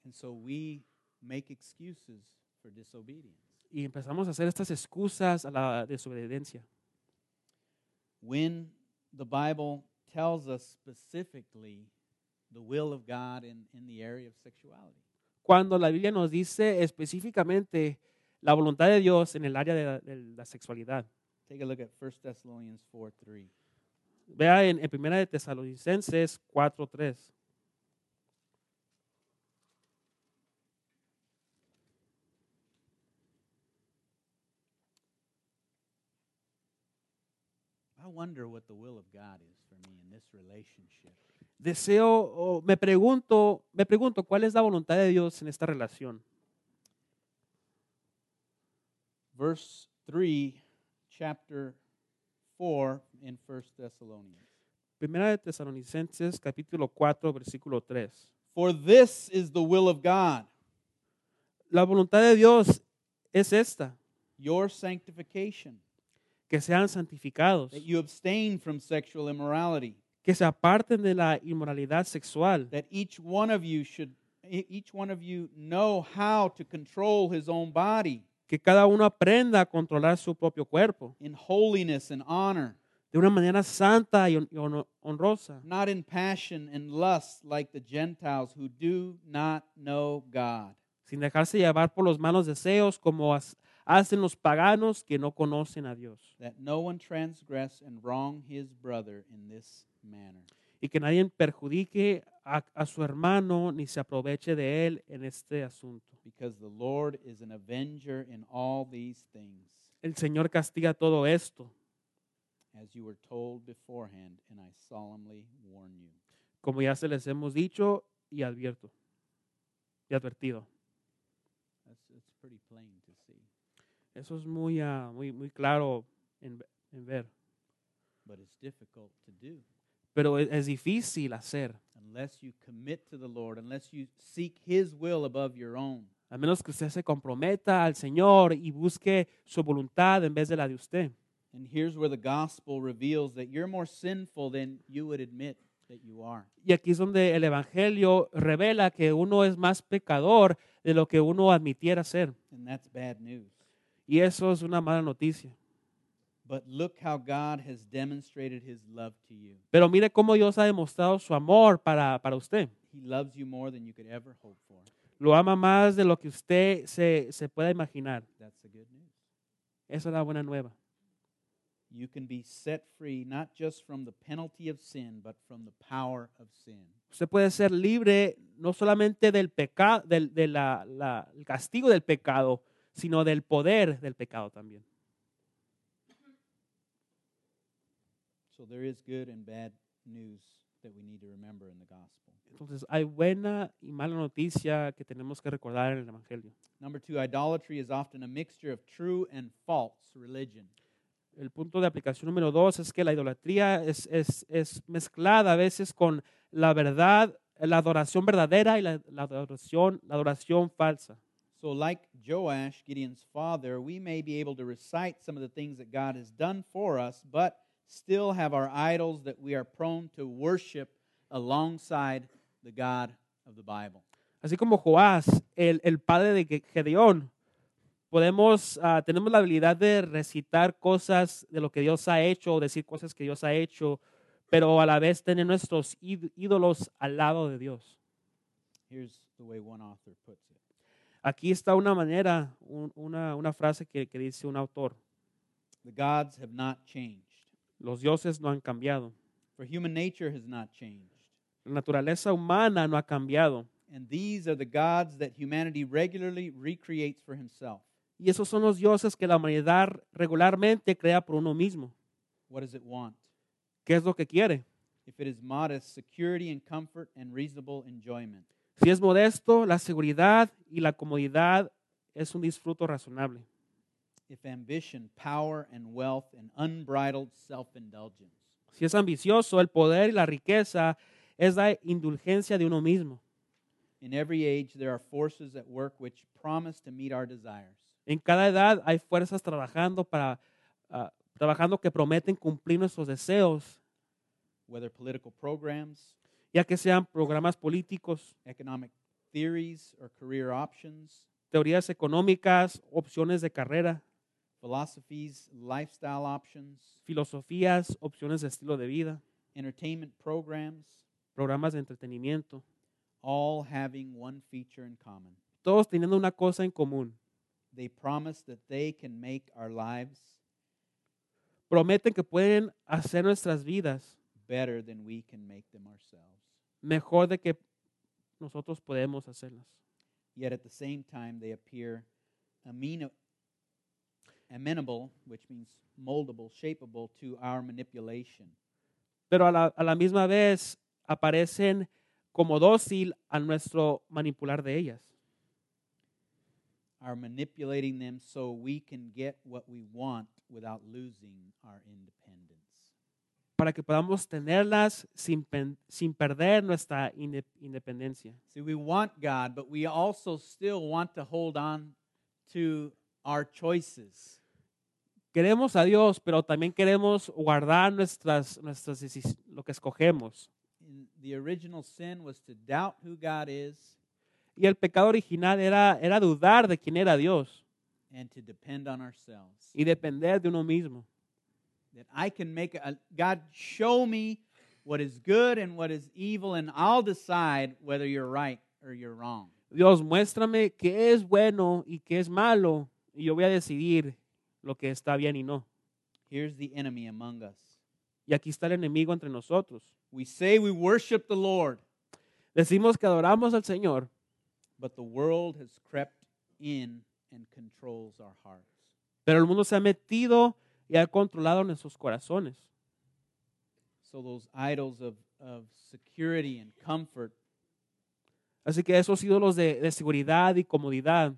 [SPEAKER 1] And so we make excuses for disobedience.
[SPEAKER 2] Y empezamos a hacer estas excusas a la desobediencia.
[SPEAKER 1] When the Bible tells us specifically the will of God in, in the area of sexuality.
[SPEAKER 2] Cuando la Biblia nos dice específicamente la voluntad de Dios en el área de la, de la sexualidad.
[SPEAKER 1] Take a look at 1 Thessalonians 4 3.
[SPEAKER 2] Vea en, en Primera de Tesalonicenses 4.3.
[SPEAKER 1] I wonder what the will of God is for me in this relationship.
[SPEAKER 2] Deseo, o me pregunto, me pregunto cuál es la voluntad de Dios en esta relación.
[SPEAKER 1] verse 3 chapter 4 in first thessalonians
[SPEAKER 2] Primera de Tesalonicenses capítulo 4 versículo 3.
[SPEAKER 1] for this is the will of god
[SPEAKER 2] La voluntad de Dios es esta,
[SPEAKER 1] your sanctification
[SPEAKER 2] que sean santificados,
[SPEAKER 1] that you abstain from sexual immorality
[SPEAKER 2] que se aparten de la inmoralidad sexual,
[SPEAKER 1] that each one of you should e- each one of you know how to control his own body
[SPEAKER 2] que cada uno aprenda a controlar su propio cuerpo
[SPEAKER 1] in holiness and honor
[SPEAKER 2] de una manera santa y hon- y honor- honrosa,
[SPEAKER 1] not in passion and lust like the gentiles who do not know god
[SPEAKER 2] sin dejarse llevar por los malos deseos como as- hacen los paganos que no conocen a Dios,
[SPEAKER 1] that no one transgress and wrong his brother in this manner
[SPEAKER 2] y que nadie perjudique a, a su hermano ni se aproveche de él en este asunto.
[SPEAKER 1] because the Lord is an avenger in all these things,
[SPEAKER 2] El Señor castiga todo esto,
[SPEAKER 1] as you were told beforehand, and I solemnly warn you.
[SPEAKER 2] como ya se les hemos dicho y advierto, y advertido.
[SPEAKER 1] That's, that's pretty plain to see,
[SPEAKER 2] Eso es muy, ah, muy, muy claro en, ve- en ver.
[SPEAKER 1] but it's difficult to do
[SPEAKER 2] Pero e, es, es difícil hacer,
[SPEAKER 1] unless you commit to the Lord, unless you seek His will above your own.
[SPEAKER 2] a menos que usted se comprometa al Señor y busque su voluntad en vez de la de usted.
[SPEAKER 1] And here's where the gospel reveals that you're more sinful than you would admit. that you are.
[SPEAKER 2] Y aquí es donde el Evangelio revela que uno es más pecador de lo que uno admitiera ser.
[SPEAKER 1] And that's bad news.
[SPEAKER 2] Y eso es una mala noticia.
[SPEAKER 1] But look how God has demonstrated his love to you.
[SPEAKER 2] Pero mire cómo Dios ha demostrado su amor para, para usted.
[SPEAKER 1] He loves you more than you could ever hope for.
[SPEAKER 2] Lo ama más de lo que usted se, se pueda imaginar.
[SPEAKER 1] That's the good news.
[SPEAKER 2] Esa es la buena nueva.
[SPEAKER 1] You can be set free not just from the penalty of sin, but from the power of sin.
[SPEAKER 2] Usted puede ser libre no solamente del pecado, del de la- la- el castigo del pecado, sino del poder del pecado también.
[SPEAKER 1] So there is good and bad news that we need to remember in the gospel.
[SPEAKER 2] Entonces hay buena y mala noticia que tenemos que recordar en el Evangelio.
[SPEAKER 1] Number two, idolatry is often a mixture of true and false religion.
[SPEAKER 2] El punto de aplicación número dos es que la idolatría es, es- es mezclada a veces con la verdad, la adoración verdadera y la, la adoración, la adoración falsa.
[SPEAKER 1] So, like Joash, Gideon's father, we may be able to recite some of the things that God has done for us, but still have our idols that we are prone to worship alongside the God of the Bible.
[SPEAKER 2] Así como Joás, el, el padre de Ge- Gedeón, podemos, ah, tenemos la habilidad de recitar cosas de lo que Dios ha hecho o decir cosas que Dios ha hecho, pero a la vez tener nuestros íd- ídolos al lado de Dios.
[SPEAKER 1] Here's the way one author puts it
[SPEAKER 2] Aquí está una manera, un- una, una frase que, que dice un autor.
[SPEAKER 1] The gods have not changed,
[SPEAKER 2] Los dioses no han cambiado.
[SPEAKER 1] for human nature has not changed.
[SPEAKER 2] La naturaleza humana no ha cambiado.
[SPEAKER 1] And these are the gods that humanity regularly recreates for himself.
[SPEAKER 2] Y esos son los dioses que la humanidad regularmente crea por uno mismo.
[SPEAKER 1] What does it want?
[SPEAKER 2] ¿Qué es lo que quiere?
[SPEAKER 1] If it is modest, security and comfort and reasonable enjoyment.
[SPEAKER 2] Si es modesto, la seguridad y la comodidad es un disfruto razonable.
[SPEAKER 1] if ambition, power, and wealth, and unbridled self indulgence.
[SPEAKER 2] Si es ambicioso, el poder y la riqueza es la indulgencia de uno mismo.
[SPEAKER 1] In every age, there are forces at work which promise to meet our desires.
[SPEAKER 2] En cada edad hay fuerzas trabajando para ah, trabajando que prometen cumplir nuestros deseos,
[SPEAKER 1] Whether political programs,
[SPEAKER 2] ya que sean programas políticos,
[SPEAKER 1] economic theories, or career options,
[SPEAKER 2] teorías económicas, opciones de carrera,
[SPEAKER 1] philosophies, lifestyle options,
[SPEAKER 2] filosofías, opciones de estilo de vida,
[SPEAKER 1] entertainment programs,
[SPEAKER 2] programas de entretenimiento,
[SPEAKER 1] all having one feature in common.
[SPEAKER 2] todos teniendo una cosa en común.
[SPEAKER 1] They promise that they can make our lives
[SPEAKER 2] Prometen que pueden hacer nuestras vidas
[SPEAKER 1] better than we can make them ourselves.
[SPEAKER 2] mejor de que nosotros podemos hacerlas.
[SPEAKER 1] yet at the same time they appear ameno- amenable, which means moldable, shapeable to our manipulation.
[SPEAKER 2] Pero a la, a la misma vez aparecen como dócil a nuestro manipular de ellas.
[SPEAKER 1] Our manipulating them so we can get what we want without losing our independence.
[SPEAKER 2] para que podamos tenerlas sin, pen- sin perder nuestra inde- independencia.
[SPEAKER 1] See, we want God, but we also still want to hold on to our choices.
[SPEAKER 2] Queremos a Dios, pero también queremos guardar nuestras, nuestras decis- lo que escogemos.
[SPEAKER 1] In the original sin was to doubt who God is
[SPEAKER 2] Y el pecado original era, era dudar de quién era Dios
[SPEAKER 1] and to depend on ourselves.
[SPEAKER 2] y depender de uno mismo.
[SPEAKER 1] that I can make a God show me what is good and what is evil and I'll decide whether you're right or you're wrong.
[SPEAKER 2] Dios, muéstrame qué es bueno y qué es malo, y yo voy a decidir lo que está bien y no.
[SPEAKER 1] Here's the enemy among us.
[SPEAKER 2] Y aquí está el enemigo entre nosotros.
[SPEAKER 1] We say we worship the Lord,
[SPEAKER 2] Decimos que adoramos al Señor,
[SPEAKER 1] but the world has crept in and controls our hearts.
[SPEAKER 2] pero el mundo se ha metido y ha controlado nuestros corazones.
[SPEAKER 1] So those idols of, of security and comfort,
[SPEAKER 2] Así que esos ídolos de, de seguridad y comodidad,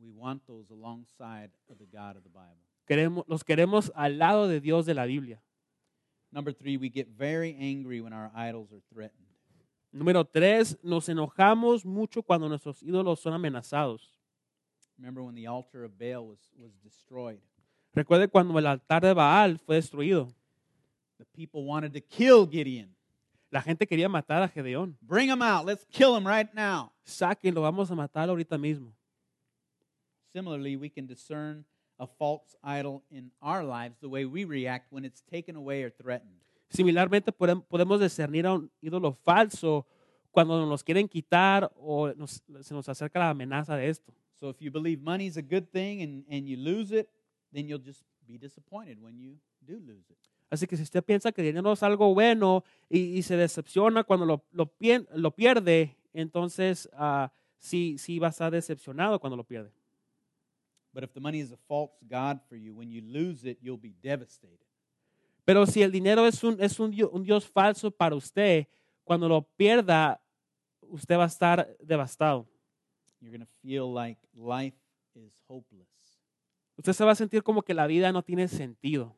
[SPEAKER 1] we want those alongside of the God of the Bible.
[SPEAKER 2] queremos, los queremos al lado de Dios de la Biblia.
[SPEAKER 1] Number three, we get very angry when our idols are threatened.
[SPEAKER 2] Número tres, nos enojamos mucho cuando nuestros ídolos son amenazados.
[SPEAKER 1] Remember when the altar of Baal was, was destroyed?
[SPEAKER 2] Recuerde cuando el altar de Baal fue destruido.
[SPEAKER 1] The people wanted to kill Gideon.
[SPEAKER 2] La gente quería matar a Gedeón.
[SPEAKER 1] Bring him out. Let's kill him right now.
[SPEAKER 2] Sáquenlo, vamos a matar ahorita mismo.
[SPEAKER 1] Similarly, we can discern a false idol in our lives the way we react when it's taken away or threatened.
[SPEAKER 2] Similarmente, podem- podemos discernir a un ídolo falso cuando nos quieren quitar o nos- se nos acerca la amenaza de esto.
[SPEAKER 1] So if you believe money's a good thing and, and you lose it, then you'll just be disappointed when you do lose it.
[SPEAKER 2] Así que si usted piensa que el dinero es algo bueno y, y se decepciona cuando lo, lo pien- lo pierde, entonces ah, sí, sí va a estar decepcionado cuando lo pierde.
[SPEAKER 1] But if the money is a false god for you, when you lose it, you'll be devastated.
[SPEAKER 2] Pero si el dinero es un, es un, dio- un dios falso para usted, cuando lo pierda, usted va a estar devastado.
[SPEAKER 1] You're going to feel like life is hopeless.
[SPEAKER 2] Usted se va a sentir como que la vida no tiene sentido.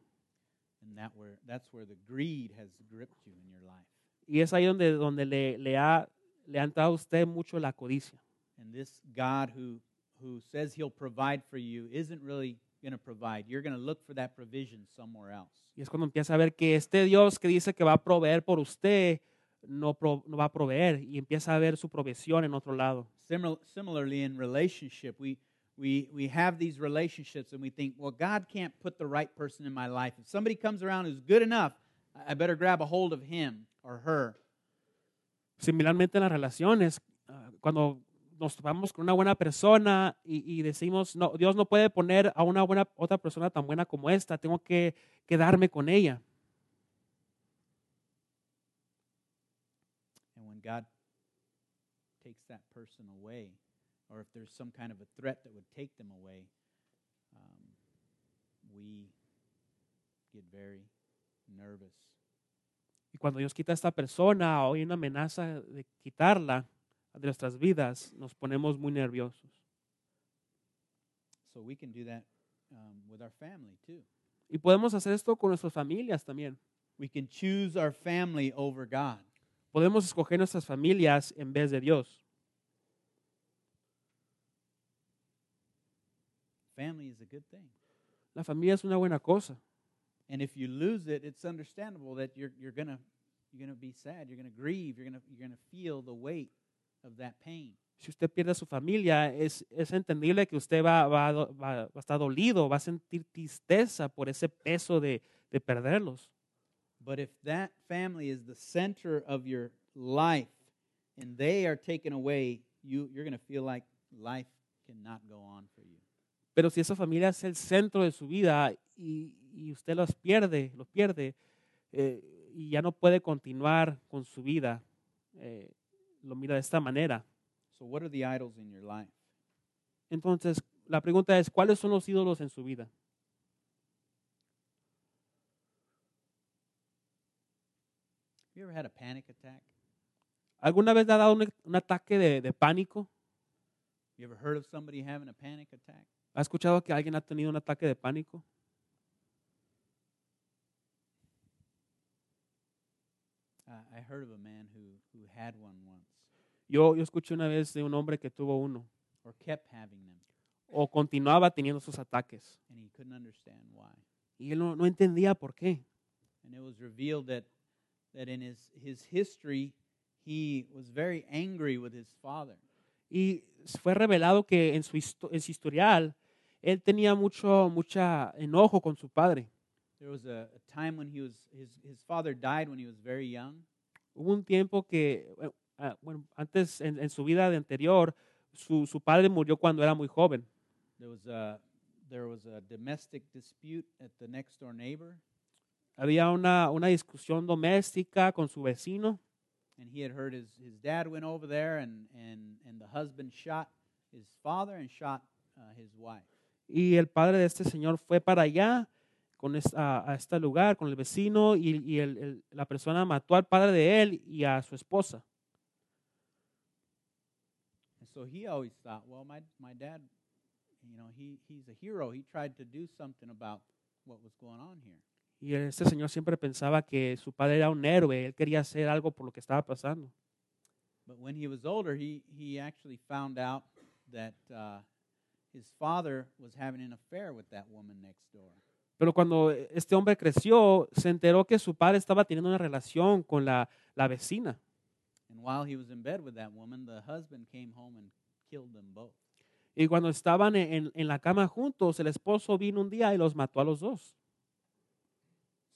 [SPEAKER 1] And that where, that's where the greed has gripped you in your life.
[SPEAKER 2] Y es ahí donde, donde le, le ha, le ha entrado a usted mucho la codicia.
[SPEAKER 1] And this God who, who says he'll provide for you isn't really going to provide. You're going to look for that provision somewhere else.
[SPEAKER 2] Y es cuando empieza a ver que este Dios que dice que va a proveer por usted, no, pro- no va a proveer. Y empieza a ver su provisión en otro lado.
[SPEAKER 1] Simil- similarly, in relationship, we, we, we have these relationships and we think, well, God can't put the right person in my life. If somebody comes around who's good enough, I- I better grab a hold of him or her.
[SPEAKER 2] Similarmente en las relaciones, ah, cuando nos topamos con una buena persona y, y decimos, no, Dios no puede poner a una buena, otra persona tan buena como esta, tengo que quedarme con ella.
[SPEAKER 1] And when God takes that person away, or if there's some kind of a threat that would take them away, um, we get very nervous.
[SPEAKER 2] Y cuando Dios quita a esta persona o hay una amenaza de quitarla de nuestras vidas, nos ponemos muy nerviosos.
[SPEAKER 1] So we can do that um, with our family too.
[SPEAKER 2] Y podemos hacer esto con nuestras familias también.
[SPEAKER 1] We can choose our family over God.
[SPEAKER 2] Podemos escoger nuestras familias en vez de Dios.
[SPEAKER 1] Family is a good thing.
[SPEAKER 2] La familia es una buena cosa.
[SPEAKER 1] And if you lose it, it's understandable that you're, you're going to you're gonna be sad. You're going to grieve. You're going to you're gonna feel the weight of that pain.
[SPEAKER 2] Si usted pierde a su familia, es, es entendible que usted va, va, a do- va- va a estar dolido, va a sentir tristeza por ese peso de, de perderlos.
[SPEAKER 1] But if that family is the center of your life and they are taken away, you, you're going to feel like life cannot go on for you.
[SPEAKER 2] Pero si esa familia es el centro de su vida y, y usted los pierde, los pierde eh, y ya no puede continuar con su vida, eh, lo mira de esta manera.
[SPEAKER 1] So, what are the idols in your life?
[SPEAKER 2] Entonces, la pregunta es, ¿cuáles son los ídolos en su vida?
[SPEAKER 1] Have you ever had a panic attack?
[SPEAKER 2] ¿Alguna vez le ha dado un, un ataque de, de pánico?
[SPEAKER 1] You ever heard of somebody having a panic attack?
[SPEAKER 2] ¿Ha escuchado que alguien ha tenido un ataque de pánico?
[SPEAKER 1] Uh, I heard of a man who, who had one once
[SPEAKER 2] Yo, yo escuché una vez de un hombre que tuvo uno
[SPEAKER 1] or kept having them,
[SPEAKER 2] o continuaba teniendo sus ataques
[SPEAKER 1] and he couldn't understand why.
[SPEAKER 2] y él no, no entendía por qué.
[SPEAKER 1] And it was revealed that, that in his, his history, he was very angry with his father.
[SPEAKER 2] Y fue revelado que en su, histo- en su historial él tenía mucho mucha enojo con su padre.
[SPEAKER 1] There was a, a time when he was his, his father died when he was very young,
[SPEAKER 2] Hubo un tiempo que, eh, ah, bueno, antes en, en su vida de anterior, su, su padre murió cuando era muy joven.
[SPEAKER 1] There was a there was a domestic dispute at the next door neighbor,
[SPEAKER 2] Había una, una discusión doméstica con su vecino
[SPEAKER 1] and he had heard his, his dad went over there, and, and, and the husband shot his father and shot uh, his wife.
[SPEAKER 2] Y el padre de este señor fue para allá, con es- a, a este lugar, con el vecino, y, y el- el- la persona mató al padre de él y a su esposa.
[SPEAKER 1] And so he always thought, well, my my dad, you know, he, he's a hero. He tried to do something about what was going on here.
[SPEAKER 2] Y este señor siempre pensaba que su padre era un héroe, él quería hacer algo por lo que estaba pasando.
[SPEAKER 1] But when he was older, he he actually found out that uh, his father was having an affair with that woman next door.
[SPEAKER 2] Pero cuando este hombre creció, se enteró que su padre estaba teniendo una relación con la, la vecina.
[SPEAKER 1] And while he was in bed with that woman, the husband came home and killed them both.
[SPEAKER 2] Y cuando estaban en, en- en la cama juntos, el esposo vino un día y los mató a los dos.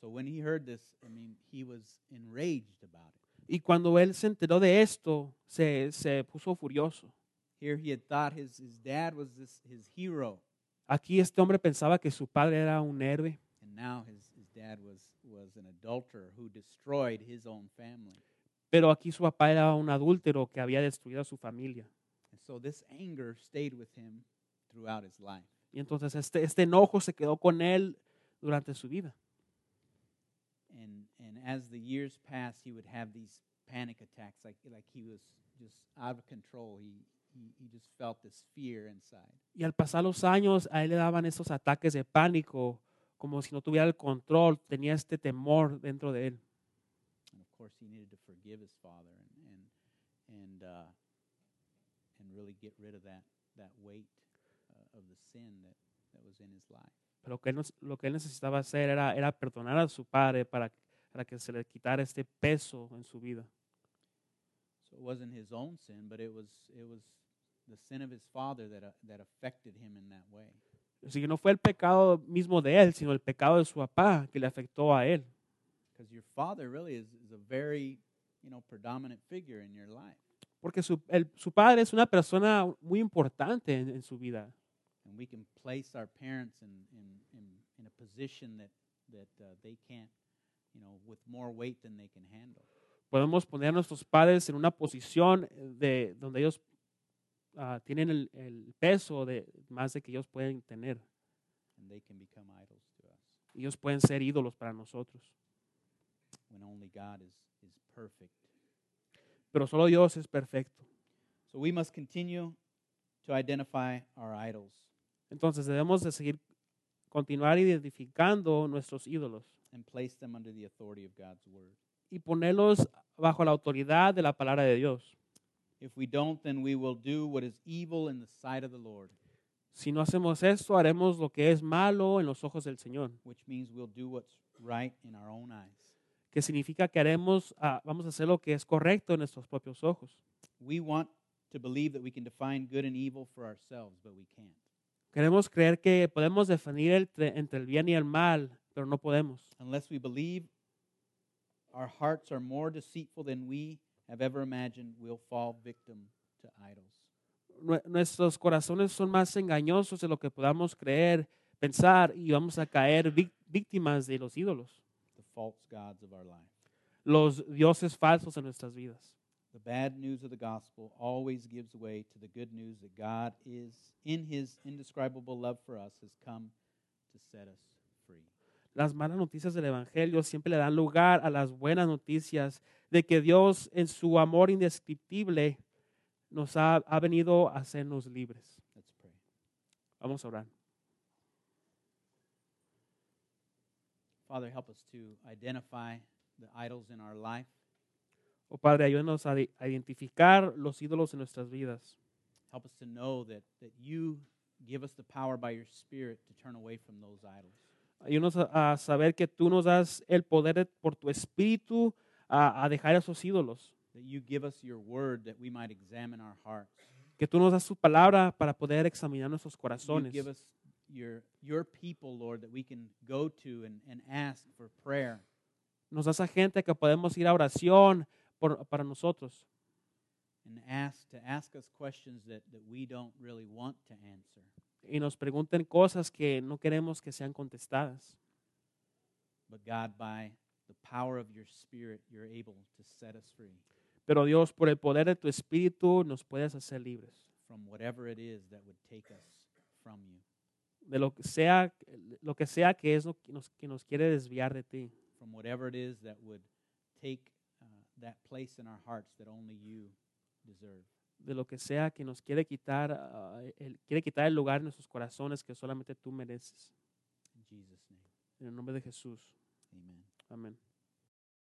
[SPEAKER 1] So when he heard this, I mean, he was enraged about it.
[SPEAKER 2] Y cuando él se enteró de esto, se, se puso furioso.
[SPEAKER 1] Here he had thought his, his dad was this, his hero,
[SPEAKER 2] Aquí este hombre pensaba que su padre era un héroe
[SPEAKER 1] and now his, his dad was, was an adulterer who destroyed his own family.
[SPEAKER 2] pero aquí su papá era un adúltero que había destruido a su familia.
[SPEAKER 1] And so this anger stayed with him throughout his life.
[SPEAKER 2] Y entonces este, este enojo se quedó con él durante su vida.
[SPEAKER 1] And, and as the years passed, he would have these panic attacks, like, like he was just out of control. He, he, he just felt this fear inside.
[SPEAKER 2] Y al pasar los años, a él le daban esos ataques de pánico, como si no tuviera el control, tenía este temor dentro de él.
[SPEAKER 1] and of course he needed to forgive his father and and and uh, and really get rid of that that weight uh, of the sin that that was in his life.
[SPEAKER 2] Pero que él nos- lo que él necesitaba hacer era, era perdonar a su padre para, para que se le quitara este peso en su vida.
[SPEAKER 1] So it wasn't his own sin, but it was it was the sin of his father that uh, that affected him in that way.
[SPEAKER 2] Así que no fue el pecado mismo de él, sino el pecado de su papá que le afectó a él.
[SPEAKER 1] Because your father really is, is a very you know predominant figure in your life,
[SPEAKER 2] Porque su, el- su padre es una persona muy importante en- en su vida.
[SPEAKER 1] and we can place our parents in in in, in a position that that uh, they can't you know with more weight than they can handle.
[SPEAKER 2] podemos poner a nuestros padres en una posición eh, de donde ellos ah, tienen el, el peso de más de que ellos pueden tener.
[SPEAKER 1] and they can become idols to us
[SPEAKER 2] Ellos pueden ser ídolos para nosotros.
[SPEAKER 1] when only God is, is perfect.
[SPEAKER 2] Pero solo Dios es perfecto.
[SPEAKER 1] So we must continue to identify our idols.
[SPEAKER 2] Entonces debemos de seguir continuar identificando nuestros ídolos
[SPEAKER 1] And place them under the authority of God's word.
[SPEAKER 2] y ponerlos bajo la autoridad de la palabra de Dios.
[SPEAKER 1] If we don't, then we will do what is evil in the sight of the Lord,
[SPEAKER 2] Si no hacemos esto, haremos lo que es malo en los ojos del Señor,
[SPEAKER 1] which means we'll do what's right in our own eyes.
[SPEAKER 2] que significa que haremos, ah, vamos a hacer lo que es correcto en nuestros propios ojos.
[SPEAKER 1] We want to believe that we can define good and evil for ourselves, but we can't.
[SPEAKER 2] Queremos creer que podemos definir el tre- entre el bien y el mal, pero no podemos.
[SPEAKER 1] Unless we believe our hearts are more deceitful than we have ever imagined, we'll fall victim to idols.
[SPEAKER 2] Nue- Nuestros corazones son más engañosos de lo que podamos creer, pensar y vamos a caer víc- víctimas de los ídolos,
[SPEAKER 1] the false gods of our life.
[SPEAKER 2] los dioses falsos en nuestras vidas.
[SPEAKER 1] The bad news of the gospel always gives way to the good news that God is, in his indescribable love for us, has come to set us free.
[SPEAKER 2] Las malas noticias del Evangelio siempre le dan lugar a las buenas noticias de que Dios en su amor indescriptible nos ha, ha venido a hacernos libres.
[SPEAKER 1] Let's pray.
[SPEAKER 2] Vamos a orar.
[SPEAKER 1] Father, help us to identify the idols in our life.
[SPEAKER 2] Oh Padre, ayúdanos a, di- a identificar los ídolos en nuestras vidas.
[SPEAKER 1] Help us to know that, that you give us the power by your Spirit to turn away from those idols.
[SPEAKER 2] Ayúdanos a, a saber que tú nos das el poder de- por tu espíritu a, a dejar esos ídolos.
[SPEAKER 1] That you give us your word that we might examine our hearts.
[SPEAKER 2] Que tú nos das tu palabra para poder examinar nuestros
[SPEAKER 1] You
[SPEAKER 2] corazones.
[SPEAKER 1] give us your, your people, Lord, that we can go to and, and ask for prayer.
[SPEAKER 2] Nos das a gente que podemos ir a oración por- para nosotros.
[SPEAKER 1] and ask to ask us questions that, that we don't really want to answer.
[SPEAKER 2] Y nos pregunten cosas que no queremos que sean contestadas.
[SPEAKER 1] But God, by the power of your Spirit, you're able to set us free
[SPEAKER 2] Pero Dios, por el poder de tu espíritu, nos puedes hacer libres.
[SPEAKER 1] from whatever it is that would take us from you,
[SPEAKER 2] De lo que sea, lo que, sea que es lo que nos, que nos quiere desviar de ti.
[SPEAKER 1] from whatever it is that would take uh, that place in our hearts that only you deserve.
[SPEAKER 2] de lo que sea que nos quiere quitar, ah, el, quiere quitar el lugar en nuestros corazones que solamente tú mereces.
[SPEAKER 1] In Jesus' name,
[SPEAKER 2] En el nombre de Jesús.
[SPEAKER 1] amen.
[SPEAKER 2] Amén.